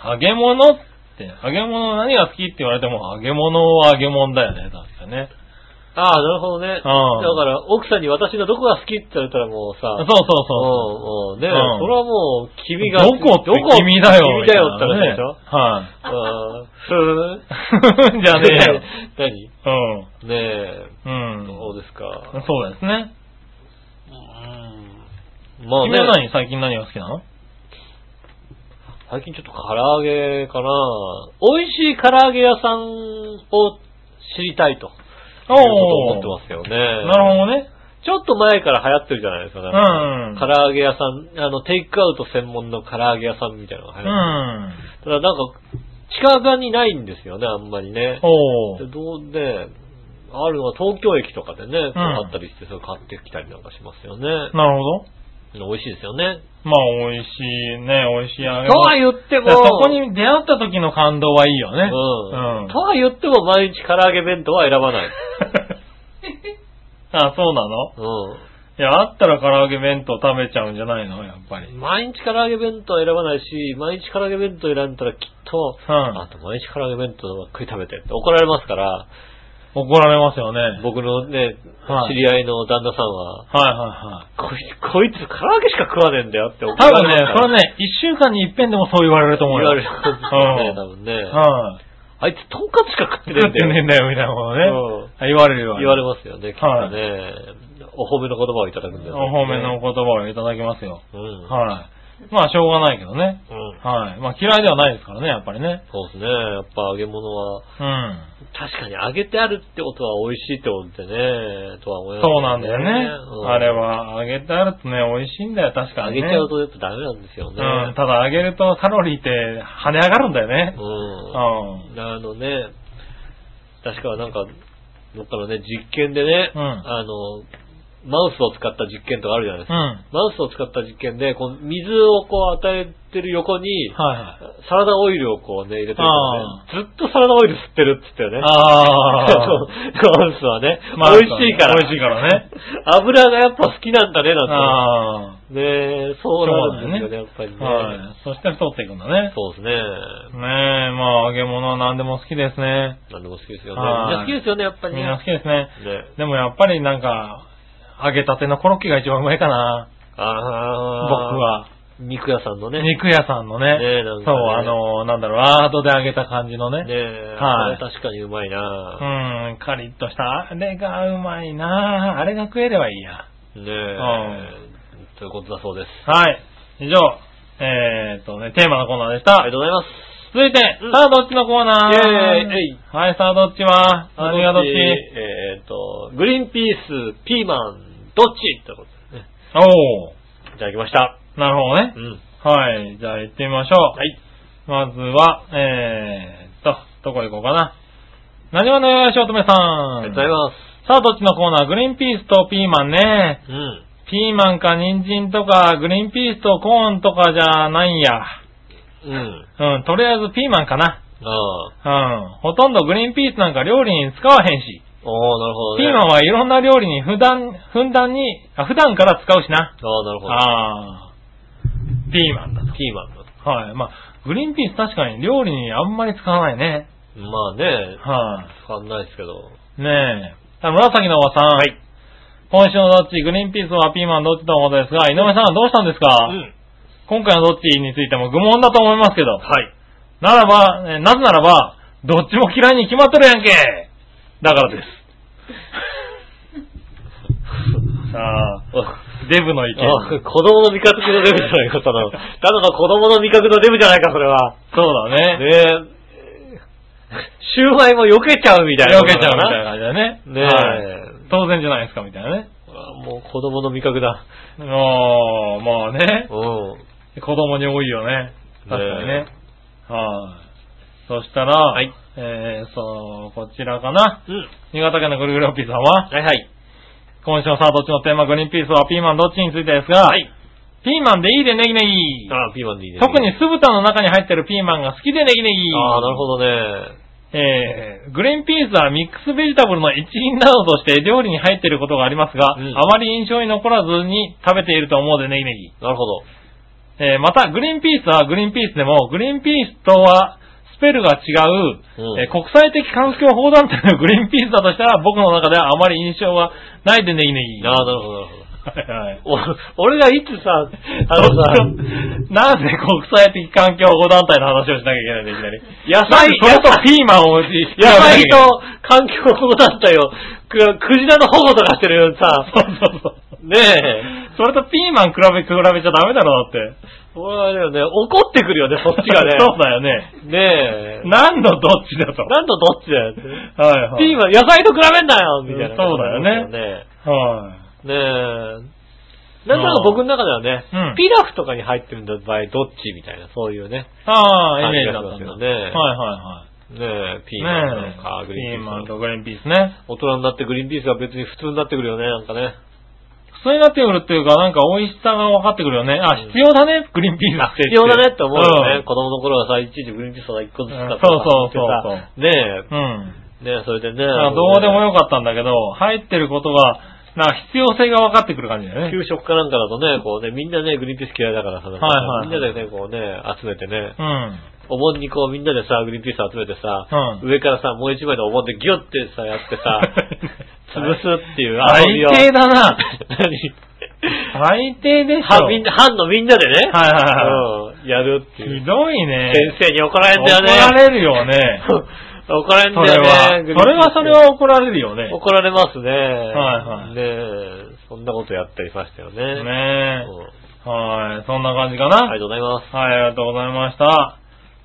揚げ物って、揚げ物何が好きって言われても、揚げ物は揚げ物だよね、確かね。ああ、なるほどね。だうんから、奥さんに私のどこが好きって言われたらもうさ、そうそううんそううんね、うんそれはもう、そう。君が、どこってどこ君だよ。君だよって話でしょみたいなねあ ーふはい。 じゃ ねえよ。ーん。何ねえ、うん。うん。そうですか。そうですね。まあね、君は何最近何が好きなの最近ちょっと唐揚げかな美味しい唐揚げ屋さんを知りたいと。いうことを思ってますよね。なるほどね。ちょっと前から流行ってるじゃないですか、うん。唐揚げ屋さん、あの、テイクアウト専門の唐揚げ屋さんみたいなのが流う行ってん。る。ただなんか、近場にないんですよね、あんまりね。おでー。どうで、あるのは東京駅とかでね、こううんあったりして、それ買ってきたりなんかしますよね。なるほど。美味しいですよね。まあ、美味しいね、美味しい揚げとは言っても、そこに出会った時の感動はいいようね。ん、うんとは言っても毎日唐揚げ弁当は選ばない。 あ、そうなのういや、あったら唐揚げ弁当食べちゃうんじゃないのやっぱり。うんん。。毎日唐揚げ弁当は選ばないし、毎日唐揚げ弁当選んだらきっと、あと毎日唐揚げ弁当ばっかり食べてって怒られますから、怒られますよね。はい僕のね、はい知り合いの旦那さんは、はこいつ、こいつ唐揚げしか食わねえんだよって怒いはい。多分られね、ますそかられね、一週間に一遍でもそう言われると言思うわよ。れることですよね、多分ね。はい。あいつ、とんかつしか食ってね作えんだってよ。ねえんだよ、みたいなことね。うんあ言われるよ。言われる。ますよね、きっとね。お褒めの言葉をいただくんだよね。お褒めの言葉をいただきますよ。うん。はい。まあ、しょうがないけどね。うん。はい。まあ、嫌いではないですからね、やっぱりね。そうですね。やっぱ揚げ物は、うん。確かに揚げてあるってことは美味しいってことでね、とは思いますそうなんだよね。うんあれは、揚げてあるとね、美味しいんだよ、確か揚に、ね。げちゃうとやっぱダメなんですよね。うん、ただ揚げるとカロリーって跳ね上がるんだよね。うん。あのね、確かなんか、どっかのね、実験でね、うんあの、マウスを使った実験とかあるじゃないですうか。ん。はマウスを使った実験で、こう水をこう与えてる横に、いはい。サラダオイルをこうね、入れてるあとね、ずっとサラダオイル吸ってるって言ったよね。 あそうあ。マウスはね、マウス美は味ねしいから。美味しいからね。 油がやっぱ好きなんだね、なんて。ああ。ねえそうなるんですよね、やっぱりね。はい。そして太っていくんだね。そうですね。ねえ、まあ揚げ物は何でも好きですね。何でも好きですよね。みんはいな好きですよね、やっぱりね。みんな好きですね。ね。でもやっぱりなんか、揚げたてのコロッケが一番うまいかな。僕ああ。。は。肉屋さんのね。肉屋さんのね。ねえなんかねそう、あの、なんだろう、アートで揚げた感じのね。ねえ。はあいれ確かにうまいなうん、カリッとした。あれがうまいなあれが食えればいいや。ねえん。ということだそうです。はい。以上、えー、っとね、テーマのコーナーでしあたりが。とうございます。続いて、うんさあどっちのコーナーイェーイえいはい、さあどっちは何がどっちえっと、グリーンピース、ピーマン、どっちってことですね。おいただきました。ー、なるほどねう。ん。はい、じゃあ行ってみましょう。はい。まずは、えー、っと、どこ行こうかな。何わのよやしおとめさ。ありがとうんございます。さあどっちのコーナーグリーンピースとピーマンね。うん。ピーマンか人参とか、グリーンピースとコーンとかじゃないんや。うん。うん、とりあえずピーマンかな。ああ。うん、ほとんどグリーンピースなんか料理に使わへんし。おー、なるほどピね。ーマンはいろんな料理に普段、ふんだんに、あ普段から使うしあな。あ、なるほど。ああ。ピーマンだピーマンだ。と。はい。まあ、グリーンピース確かに料理にあんまり使わないね。まあね、は使わないですけど。い。ねえ。あ紫のおばさん。はい。今週のどっち、グリーンピースはピーマンどっちとのことですが、井上さんはどうしたんですか、うん。今回のどっちについても愚問だと思いますけど。はい。ならば、えーなぜならば、どっちも嫌いに決まってるやんけだからです。さあ、デブの意あ見。子供の味覚のデブじゃないか、ただの。ただの子供の味覚のデブじゃないか、それは。そうだね。ねえ。シューマイも避けちゃうみたいな。避けちゃうみたいな感じだね。ねえはい当然じゃないですか、みたいなね。あもう子供の味覚だ。ああ、まあね。うん。子供に多いよね。確かにね。はい。そしたら、はいえー、そう、こちらかな。うん。新潟県のぐるぐるおっぴーさんは、はいはい。今週のさあどっちのテーマ、グリーンピースはピーマンどっちについてですが、はい。ピーマンでいいでネギネギ。あピーマンでいいね。特に酢豚の中に入ってるピーマンが好きでネギネギ。ああ、なるほどね。えー、グリーンピースはミックスベジタブルの一員などとして料理に入っていることがありますが、うんあまり印象に残らずに食べていると思うでネギネギ。なるほど。えー、また、グリーンピースはグリーンピースでも、グリーンピースとはスペルが違う、うんえー国際的環境保護団体の グリーンピースだとしたら、僕の中ではあまり印象がないでネギネギ。ああ、なるほど、なるほど。はいはい。お 俺がいつさ、あの さ、なんで国際的環境保護団体の話をしなきゃいけないんだ、いきなり。野なん菜で、それとピーマンを、野野菜と環境保護団体を、く、クジラの保護とかしてるよさ、そうそうそう。ねえ、それとピーマン比べ、比べちゃダメだろ、だって。俺はあれだよね、怒ってくるよね、そっちがね。 そうだよね。ねえ。何のどっちだと。なんとどっちだよって。はいはい。ピーマン、野菜と比べんなよみたいな。そうだよね。はい。ねえ。なんとなく僕の中ではね、うんピラフとかに入ってるんだ場合、どっちみたいな、そういうね。ああ、イ感メーじジがだしっまたんすだよねはいはいはい。ねえ、ピーピマンなのか、グピリーンピーースマなンのか。とグリーンピースね。大人になってグリーンピースが別に普通になってくるよね、なんかね。普通になってくるっていうか、なんか美味しさが分かってくるよね。あ、うん必要だね、グリーンピースって。必要だねって思うよね。ん子供の頃はさ、いちいちグリーンピースを一個ずつ買ってさそうそうそうそ買うってさねえ、ねうん。え、それでね。だからどうでもよかったんだけど、入ってることが、なんか必要性が分かってくる感じだよね。給食かなんかだとね、こうね、みんなね、グリーンピース嫌いだからさ、なんかはいはいみんなでね、こうね、集めてね、うん。お盆にこうみんなでさ、グリーンピース集めてさ、う上からさ、もう一枚のお盆でギュッてさ、やって さ、潰すっていう最遊びを。低だな。何 最低でしょ。は、みんな、班のみんなでね、はいはういん、やるっていう。ひどいね。先生に怒られんだよね。怒られるよね。怒られんそだれは。よね。グリーンピースそれはそれは怒られるよね。怒られますね。はいはいねえ、そんなことやったりましたよね。ねうんえ。はい。そんな感じかあな。りがとうございます。はい、ありがとうございました。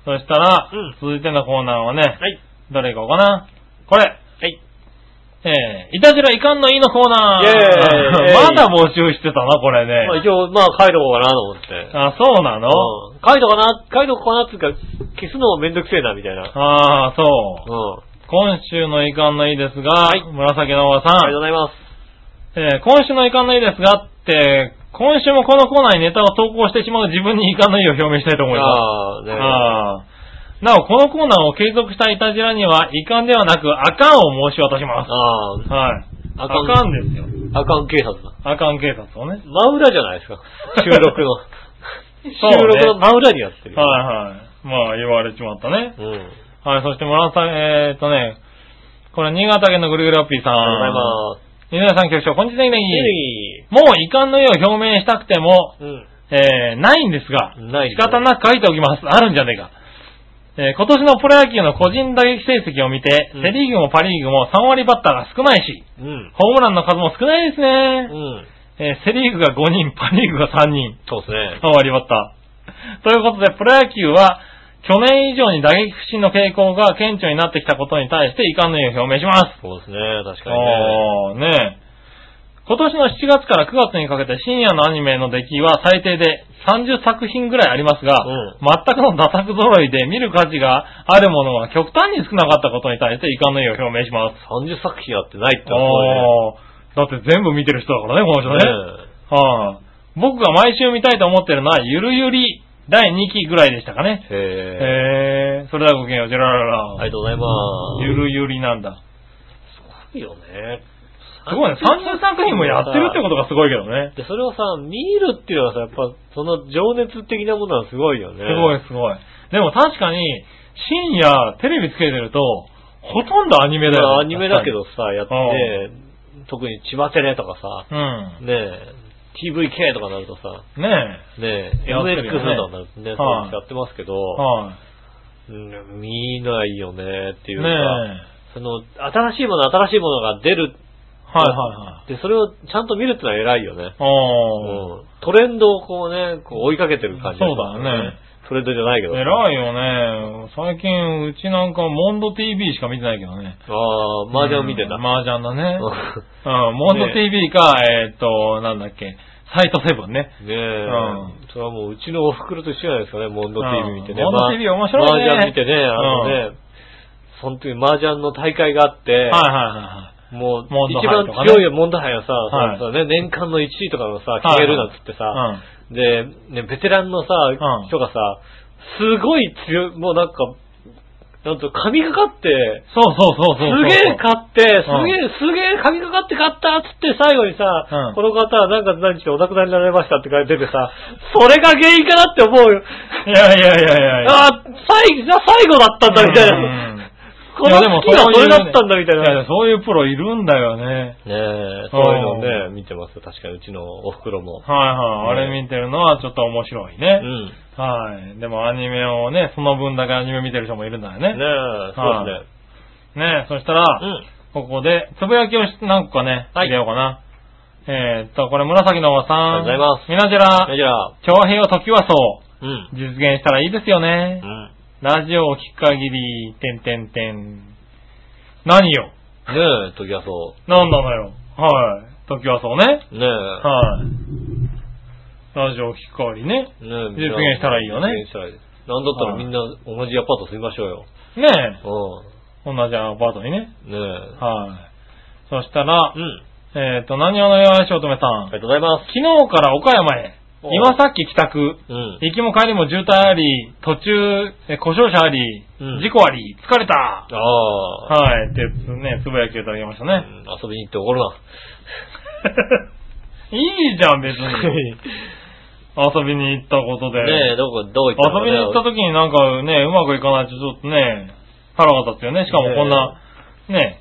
そしたら、うん続いてのコーナーはね、はい。どれいこうかな。これ、はい。えー、いたじらいかんのいいのコーナー。イェーイ まだ募集してたな、これまあね。一応、まあ書いとこうかなと思って。あ、そうなの、うん書いとこうかな、書いとこうかなっていうか、消すのもめんどくせえな、みたいな。うん。ああ、そあう。今週のいかんのいいですが、はい紫のおばりさ、がとうんございます。えー、今週のいかんのいいですがって、今週もこのコーナーにネタを投稿してしまう自分にいかんのいいを表明したいと思います。ああ、ねああ。なお、このコーナーを継続したいたじらには、遺憾ではなく、あかんを申し渡します。ああ、はい。ああかかんんですよ。あかん警察だ。あかん警察をね。真裏じゃないです か。収録の。そうね収録の真裏にやってる。はいはい。まあ、言われちまったね。い。うん。はい、そして村さん、えーっとね、これ、新潟県のぐるぐるラッピーさん。ありがとうございます。新潟さん局長、こんにちは、ネギネギいいもう遺憾の意を表明したくても、うん。えー、ないんですが、ない仕方なく書いておきます。あるんじゃねえか。えー今年のプロ野球の個人打撃成績を見て、うんセリーグもパリーグも3割バッターが少ないし、うん。ホームランの数も少ないですうね。ん。えーセリーグが5人、パリーグが3人、そうですね3。割バッター。ということで、プロ野球は、去年以上に打撃不振の傾向が顕著になってきたことに対して遺憾の意を表明します。そうですね、確かにね。あーねえ今年の7月から9月にかけて深夜のアニメの出来は最低で30作品ぐらいありますが、うん全くの打作揃いで見る価値があるものは極端に少なかったことに対して遺憾の意を表明します。 30作品やってないってのはあーだって全部見てる人だからね、こすごのいね人ね。はい僕が毎週見たいと思ってるのは、ゆるゆり第2期ぐらいでしたかね。ねえ。へえ。へー、それではごきげんよう、ジェラララありがとうございます。ゆるゆりなんだ。すごいよね。すごいね。30作品もやってるってことがすごいけどね。で、それをさ、見るっていうのはさ、やっぱ、その情熱的なものはすごいよね。すごいすごい。でも確かに、深夜テレビつけてると、ほとんどアニメだまよあね。アニメだけどさ、やっ確てかに。特に千葉テレとかさ、うん。ねえ、TVK とかなるとさ、ねねえ、やってる MX よねとかなるとね、そういうのやってますけど、え。はうん見ないよねってい。いうねえ。か、はいその、新しいもの、新しいものが出る。はいはい。で、それをちゃんと見るってのは偉いよね。うおー。んトレンドをこうね、こう追いかけてる感じ、そうだよね。トレンドじゃないけど。偉いよね。最近、うちなんかモンド TV しか見てないけどね。ああ、麻雀見てた。 うん麻雀だね。ううん、モンド TV か、えーっと、なんだっけ、サイトセブンね。んねえ、うんそれはもううちのお袋と一緒じゃないですかね、モンド TV 見てね。うんまあモンド TV 面白いね麻雀見てね、あのね、その時麻雀の大会があって、はいはいはいもうモンド一ハ番イとかね強いモンドハイをさ、はいそのね、年間の1位とかのさい、決めるなんつってさ、はい。うん。で、ね、ベテランのさ、ん人がさ、すごい強い、もうなんか、なんと、神がかって、そうそうそうすそう。げえ買って、すげえうん、すげえ神がかって買ったっつって最後にさ、うんこの方は何月何日でお亡くなりになられましたって書いててさ、それが原因かなって思うよ。いやいやいやいやいや。ああ、最、じゃあ最後だったんだみたいうんな。この月がそれだったんだみたいやでな。もそういうねいやいやそういうプロいるんだよね。ねえ、そういうのをね、見てますよ。確かにうちのお袋も。はいはい。あうんれ見てるのはちょっと面白いうね。ん。ねはい。でもアニメをね、その分だけアニメ見てる人もいるんだよえ、ね。そうでねそしすね。うたら、ん。ここで、つぶやきをし何個かね、はい入れようかな。えーっと、これ紫のおばさん。ありがとうございますみなじらじ、ゃあ、長平を時はそう、うん。実現したらいいですよねう。ん。ラジオを聞く限り、てんてんてん。何よねえ、時はそなんなのよ。はい。時はそうね。う。ねえ。はい。ラジオを聞く代わりね。ねえ、実現したらいいよね実現したらいいです。なんだったらみんな同じアパート住みましょうよ。ねうえ。同じアパートにね。ん。ねえ。はい。そしたらう、ん。えっ、と、何をのよしおとめさありがん。とうございます。昨日から岡山へ、お今さっき帰宅、うん。行きも帰りも渋滞あり、途中、え故障車あり、うん事故あり、疲れたああ。はい、でね、つぶやきをいただきましたう ね。ん遊びに行って怒るな。いいじゃん、別に。遊びに行ったことで。ねえ、どこ、どこ行ったの遊びに行った時になんかね、うまくいかないとちょっとね、腹が立つよね。しかもこんな、ね、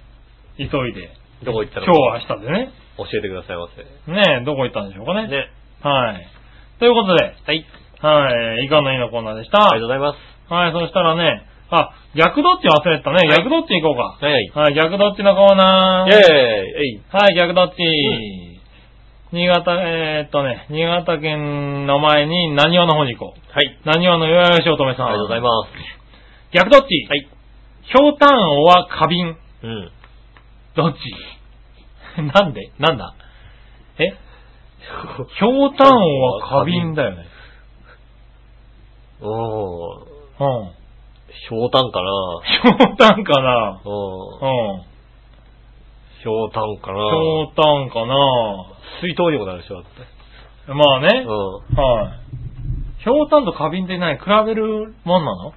急いで、どこ行った今の日明日でね。教えてくださいませ。ねどこ行ったんでしょうかね。ね。はい。ということで、はい。はい、いかのいいのコーナーでした。ありがとうございます。はい、そしたらね、あ、逆どっち忘れてたね。はい逆どっち行こうか。はい。はい、逆どっちのコーナイー。ェーイえいはい、逆どっち。ん新潟、えー、っとね、新潟県の前に何話の方に行こう。はい。何話のよやよしおとめさん。ありがとうございます。逆どっちはい。ひょうたんおは花瓶。うん。どっち なんでなんだ えひょうたんおは花瓶だよね。おー、うん。ひょうたんかなひょうたんかなうんう。ん。ひょうたんかなひょうたんかな水筒にもなるでしょ、だって。まあねう。ん。はい。ひょうたんと花瓶って何比べるもんなのは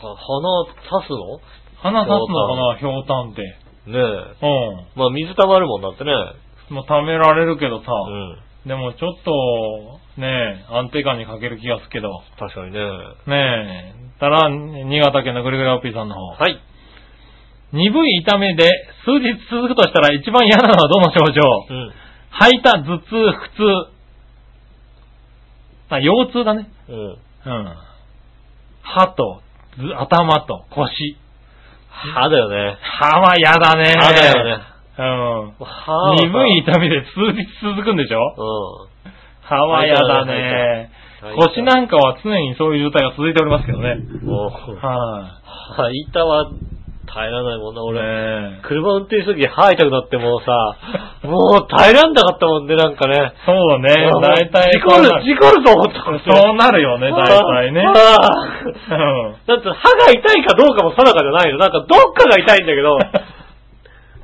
花刺すの花立つのかなひょうたんって。ねうえ。まあ、水溜まるもんだってね。ん。もう貯められるけどさ。うん。でもちょっと、ねえ、安定感に欠ける気がするけど。確かにね。ねえ。たら、新潟県のぐるぐるおっぴーさんの方。はい。鈍い痛みで数日続くとしたら一番嫌なのはどの症う状ん。吐いた、頭痛、腹痛。あ、腰痛だね。うん。うん。歯と、ず頭と腰。歯だよね。歯は嫌だね。歯だよね。うん。歯はさ鈍い痛みで数日続くんでしょう歯は嫌だね。ん。腰んなんかは常にそういう状態が続いておりますけどね。もはう、歯板は耐えられないもんな、い。俺。ねえ車運転するとき歯痛くなってもう さ、もう耐えらんなかったもんね、なんかね。そうだね。だいたい。事故る、事故ると思ったもんねそうなるよ ね、だいたいね。ああうん。だって歯が痛いかどうかも定かじゃないの。なんかどっかが痛いんだ けど、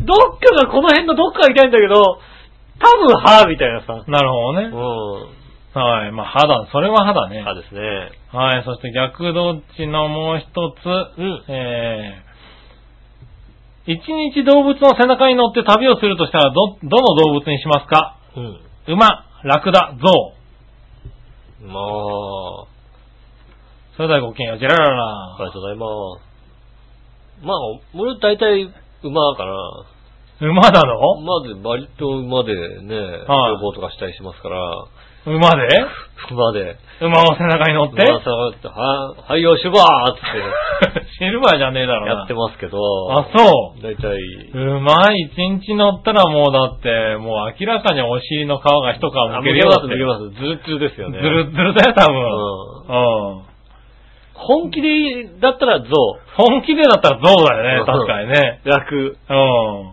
どっかが、この辺のどっかが痛いんだけど、多分歯みたいなさ。なるほどうね。ん。はい。まあ、肌、それは肌ね。歯ですね。はい。そして逆どっちのもう一つ。うんえー、一日動物の背中に乗って旅をするとしたら、ど、どの動物にしますかうん。馬、ラクダ、ゾウ。まあ、あそれではごきげんよう、ジェラりララ。がとうございます。まあ、俺大体馬かな。馬だの馬で、割と馬でね、はい旅行とかしたりしますから、馬で 馬で。馬を背中に乗って馬さんって、は、はいよ、シュバーっつっ シルバーじゃねえだてろうな。やってますけど、あ、そう。大体、うまい、一日乗ったらもうだって、もう明らかにお尻の皮が一皮あむ抜けるけよます、抜うになってけます。ずるずるですよね。ずるっずるだよ、多う分。ん。うん。本気で、だったら象、本気でだったらゾウだようね、ん確かにね。楽。うん。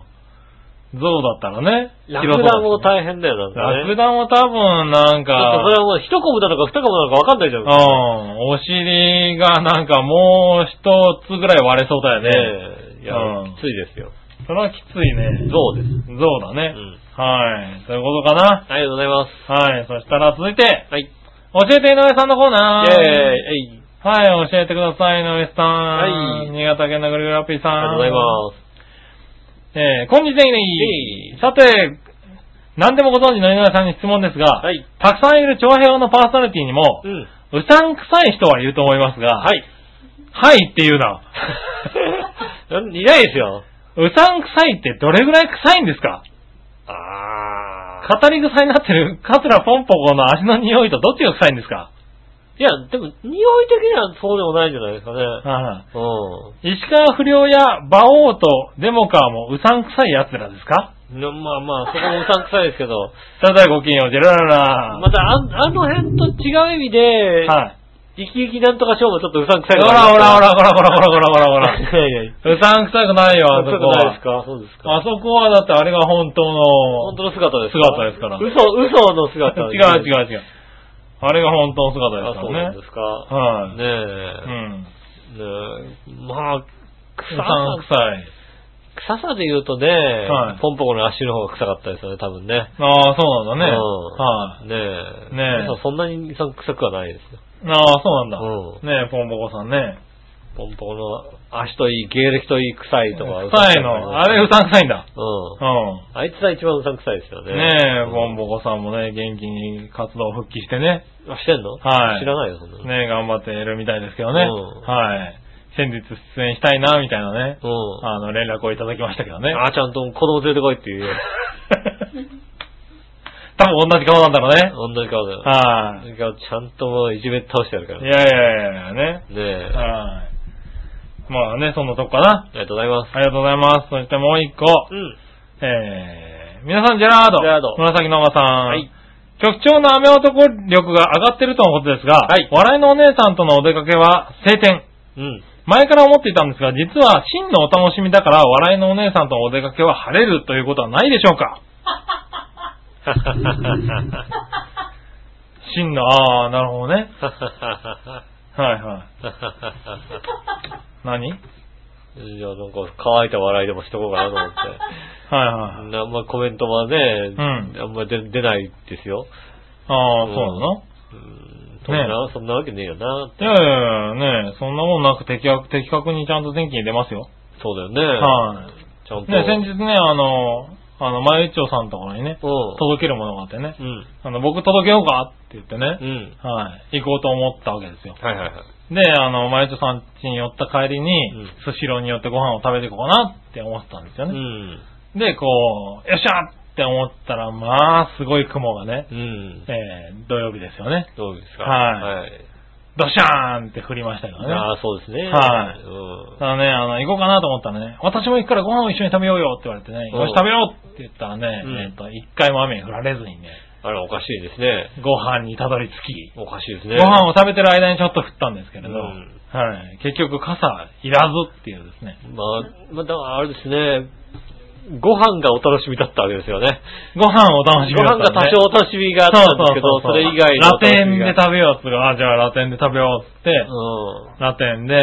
ゾウだったらね。ラ広クそうだダしも大変だよ、なんかね。ラクダも多分なんだってそれか、はもう一株なのか二株なのか分かんないじゃうんん。ね。お尻がなんかもう一つぐらい割れそうだよね。えいやうん、きついですよ。それはきついね。象です。ゾウだねうん。はい。そういうことかな。ありがとうございます。はい。そしたら続いて、はい。教えて井上さんのコーナー。イェーイえい。はい、教えてください、井上さん。はい新潟県のぐるぐるラッピーさん。ありがとうございます。す。えー、こんにちは、えいさて、何でもご存知の井上さんに質問ですが、はい。たくさんいる長平和のパーソナリティにもう、ん。うさんくさい人はいると思いますが、 は。い。はいって言う な。いないですよ。うさんくさいってどれぐらい臭いんですかあー。語り臭いになってるカツラポンポコの足の匂いとどっちが臭いんですかいや、でも、匂い的にはそうでもないんじゃないですかね。ああう石川不良や馬王とデモカーもうさんくさい奴らですかん。なまあまあ、そこもうさんくさいですけど、ただごきげんよう、ジェラララ。またあん、あの辺と違う意味で、は生い。き生きなんとか勝負ちょっとうさんくさいほらほらほらほらほらほらほらほらほほ ら。いやいや。うさんくさくないよ、あそこうさんくないではす。かそうですかあそこはだってあれが本当本当の、の姿ですか姿ですから嘘、嘘の姿違でうすね違う違う。あれが本当の姿あ、ですそうかならんねで。すか。はいねうえ。ん。ねえまあ、う臭さんくさ、さい。臭さで言うとね、はいポンポコの足の方が臭かったですよね、多分ね。ああ、そうなんだね。うんはい。ねえ。ねえ皆さんそんなに臭くはないですよ。ああ、そうなんだ。うねえ、ポンポコさんね。ポンポコの足といい、芸歴といい、臭いとか。臭いの。あれ、うさんくさいんだ。うん。うあいつは一番うさんくさいですよん。ね。ねえ、ポンボ。ポコさんもね、元気に活動復帰してね。あ、してんのはい知らないよ、そんなの。ねえ、頑張ってるみたいですけどね。うんはい。先日出演したいな、みたいなね。うん。あの、連絡をいただきましたけどね。あ、ちゃんと子供連れてこいっていうよ。 多分同じ顔なんだろうね。同じ顔だよ。はい。なんかちゃんともういじめ倒してやるから。いねやいやいやいやね。え。はい。まあね、そんなとこかな。ありがとうございます。ありがとうございます。そしてもう一個。うん。えー、皆さん、ジェラード。ジェラード紫のおばさん。はい。局長の雨男力が上がってるとのことですが、はい笑いのお姉さんとのお出かけは晴天。うん。 前から思っていたんですが、実は真のお楽しみだから、笑いのお姉さんとのお出かけは晴れるということはないでしょうか真の、あー、なるほどね。はいはい。何はいいや、なんか乾いた笑いでもしとこうかなと思って。はい。あんまコメントはね、んあんま出出ないですよ。ああ、うんそうなのうんそんな、そんなわけねえよなっいて。やいやいや、ねえそんなもんなく的確的確にちゃんと天気に出ますよ。そうだよね。はちゃんい。と。ね先日ね、あの、あの、前一丁さんのところにね、う届けるものがあってね、ん。うん。あの、僕届けようかって言ってうん。ね、はい、行こうと思ったわけですよ。はいはいはい。で、あの、前一丁さん家に寄った帰りうんに、スシローに寄ってご飯を食べていこうかなって思ってたんですようね。ん。で、こう、よっしゃって思ったら、まあ、すごい雲がね、うん。えー、土曜日ですよね。どうですかはいはい。ドシャーンって降りましたけどね。ああ、そうですね。はいうん。ただね、あの、行こうかなと思ったらね、私も行くからご飯を一緒に食べようよって言われてね、うんよし食べようって言ったらね、うんえっと、一回も雨に降られずにね、あら、おかしいですね。ご飯にたどり着き、おかしいですごね。飯を食べてる間にちょっと降ったんですけれうど、んはい、結局傘いらずっていうですね、まあ、まあ、だからあれですね、ご飯がお楽しみだったわけですよね。ご飯を楽しみご飯が多少お楽しみがあったんですけど、それ以外のラテンでべ食べようっつうからあ、じゃあラテンで食べようっつって、うん。ラテンで、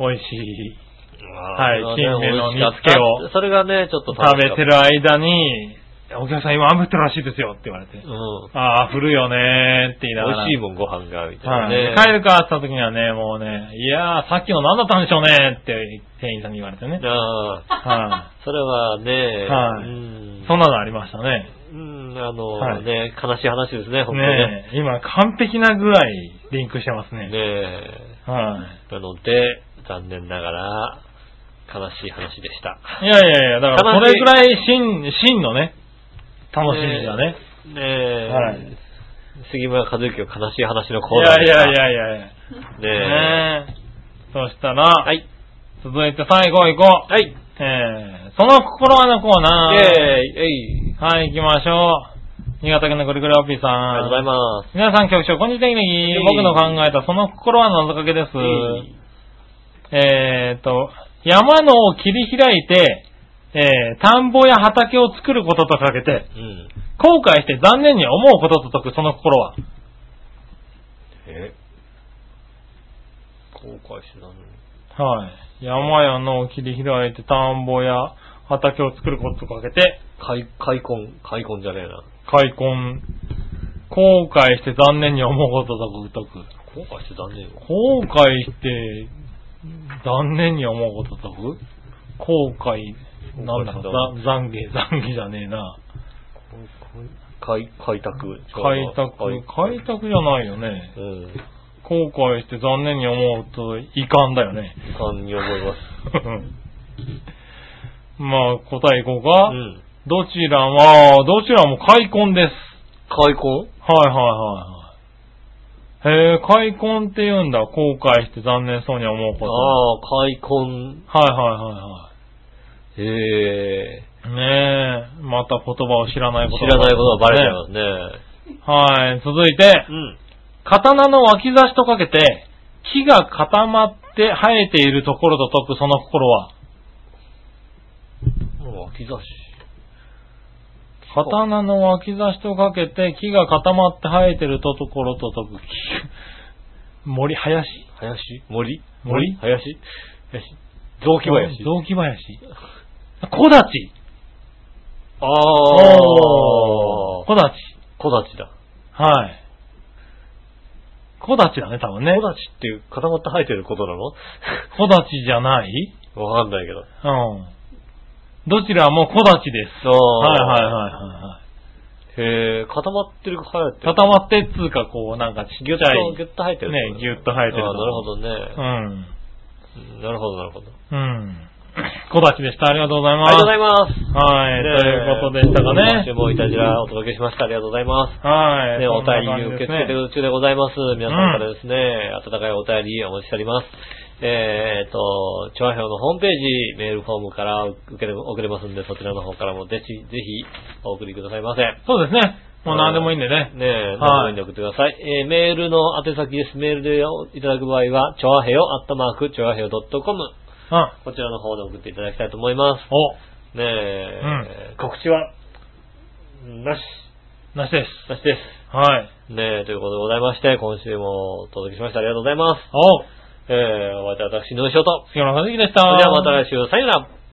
美味しい、はいまあ金目の煮付け。美を味しかったそれがね、ちょっと食べてる。る間に、お客さん今雨降ってるらしいですよって言われて、うん。ああ、降るよねーって言いなが美ら。味しいもん、ご飯が、みたいなはい、ね。帰るかって言った時にはね、もうね、いやー、さっきの何だったんでしょうねって店員さんに言われてね。はい、ああ、それはね、はいうんそんなのありましたね。うん、あの、はいね、悲しい話ですね、本当にね。ねえ今完璧なぐらいリンクしてますね。ねえ。はなので、残念ながら、悲しい話でした。い、いやいやいや、だから悲そしいれぐらい真、真のね、楽しみがね。ねえ、はい杉村和之を悲しい話のコいーナーやいでした。やいやいやいねえ。や。ねえそしたら、はい。続いて最後行こう。はい。イえー、その心はのコーナー。ェーイ。えい。はい、行きましょう。新潟県のぐるぐるおっぴーさん。ありがとうございます。皆さん局長、こんにちは、ネギえい僕の考えたその心は謎かけです。えーと、山のを切り開いて、えー、田んぼや畑を作ることとかけて、うん。後悔して残念に思うことと解くその心は。え後悔してたのに。はい。山やのを切り開いて、田んぼや畑を作ることとかけて、開、開墾、開墾じゃねえな。開墾、後悔して残念に思うことと解く。後悔して残念よ。後悔って、残念に思うこととく後悔、なんだろう、ざ懺悔、懺悔じゃねえな。開開拓。開拓、開拓じゃないよね。うん。後悔して残念に思うと遺憾だよね。遺憾に思います。 まあ、答えいこうか。うん。どちらは、どちらも開墾です。開墾はいはいはいはい。へえ、開墾って言うんだ。後悔して残念そうに思うこと。ああ、開墾。はいはええいはいはい。ねえ、また言葉を知らないー。こと知らないことはバレちゃいねますね。はい、続いてう、ん。刀の脇差しとかけて、木が固まって生えているところと解くその心は、もう脇差し。刀の脇差しとかけて、木が固まって生えてるところと解く木。森、林林森森林林雑木林。雑木林。小立ち。あおあ。小立ち。小立ちだ。はい。小立ちだね、多分ね。小立ちっていう固まって生えてることなの小立ちじゃないわかんないけど。うん。どちらも小立ちです。はいはいはいい。はいはい。へえ、固まってるか生えてる。固まってっつうか、こう、なんかちっちギュッゃと、い。ギュッと生えてる。ねギュッと生えてるああなるほどね。うん。なるほど、なるほど。うん。小立ちでした。ありがとうございあまりがすとうご。ざいます。はい、ねえということでしたか今週ね。もいたじらお届けしました。ありがとうございます。はい。ね、お便りそん受な感けじです付けて中ねでございます。皆さんからですね、温かいお便りお待ちしております。えーと、調和表のホームページ、メールフォームから受けれ送れますんで、そちらの方からもぜひ、ぜひお送りくださいませ。そうですね。もう何でもいいんでね。ねえ、は何いでもいいんで送ってください。えーメールの宛先です。メールでいただく場合は、ちょあへよ、アットマーク、ちょあへよ .com。うん。こちらの方で送っていただきたいと思います。お、ねえ、告知は、なし、なしです。なしです。はい。ねえ、ということでございまして、今週もお届けしました。ありがとうございます。お、えー、お相手は私、井上翔と。杉村和之でした。それではまた来週、さよなら。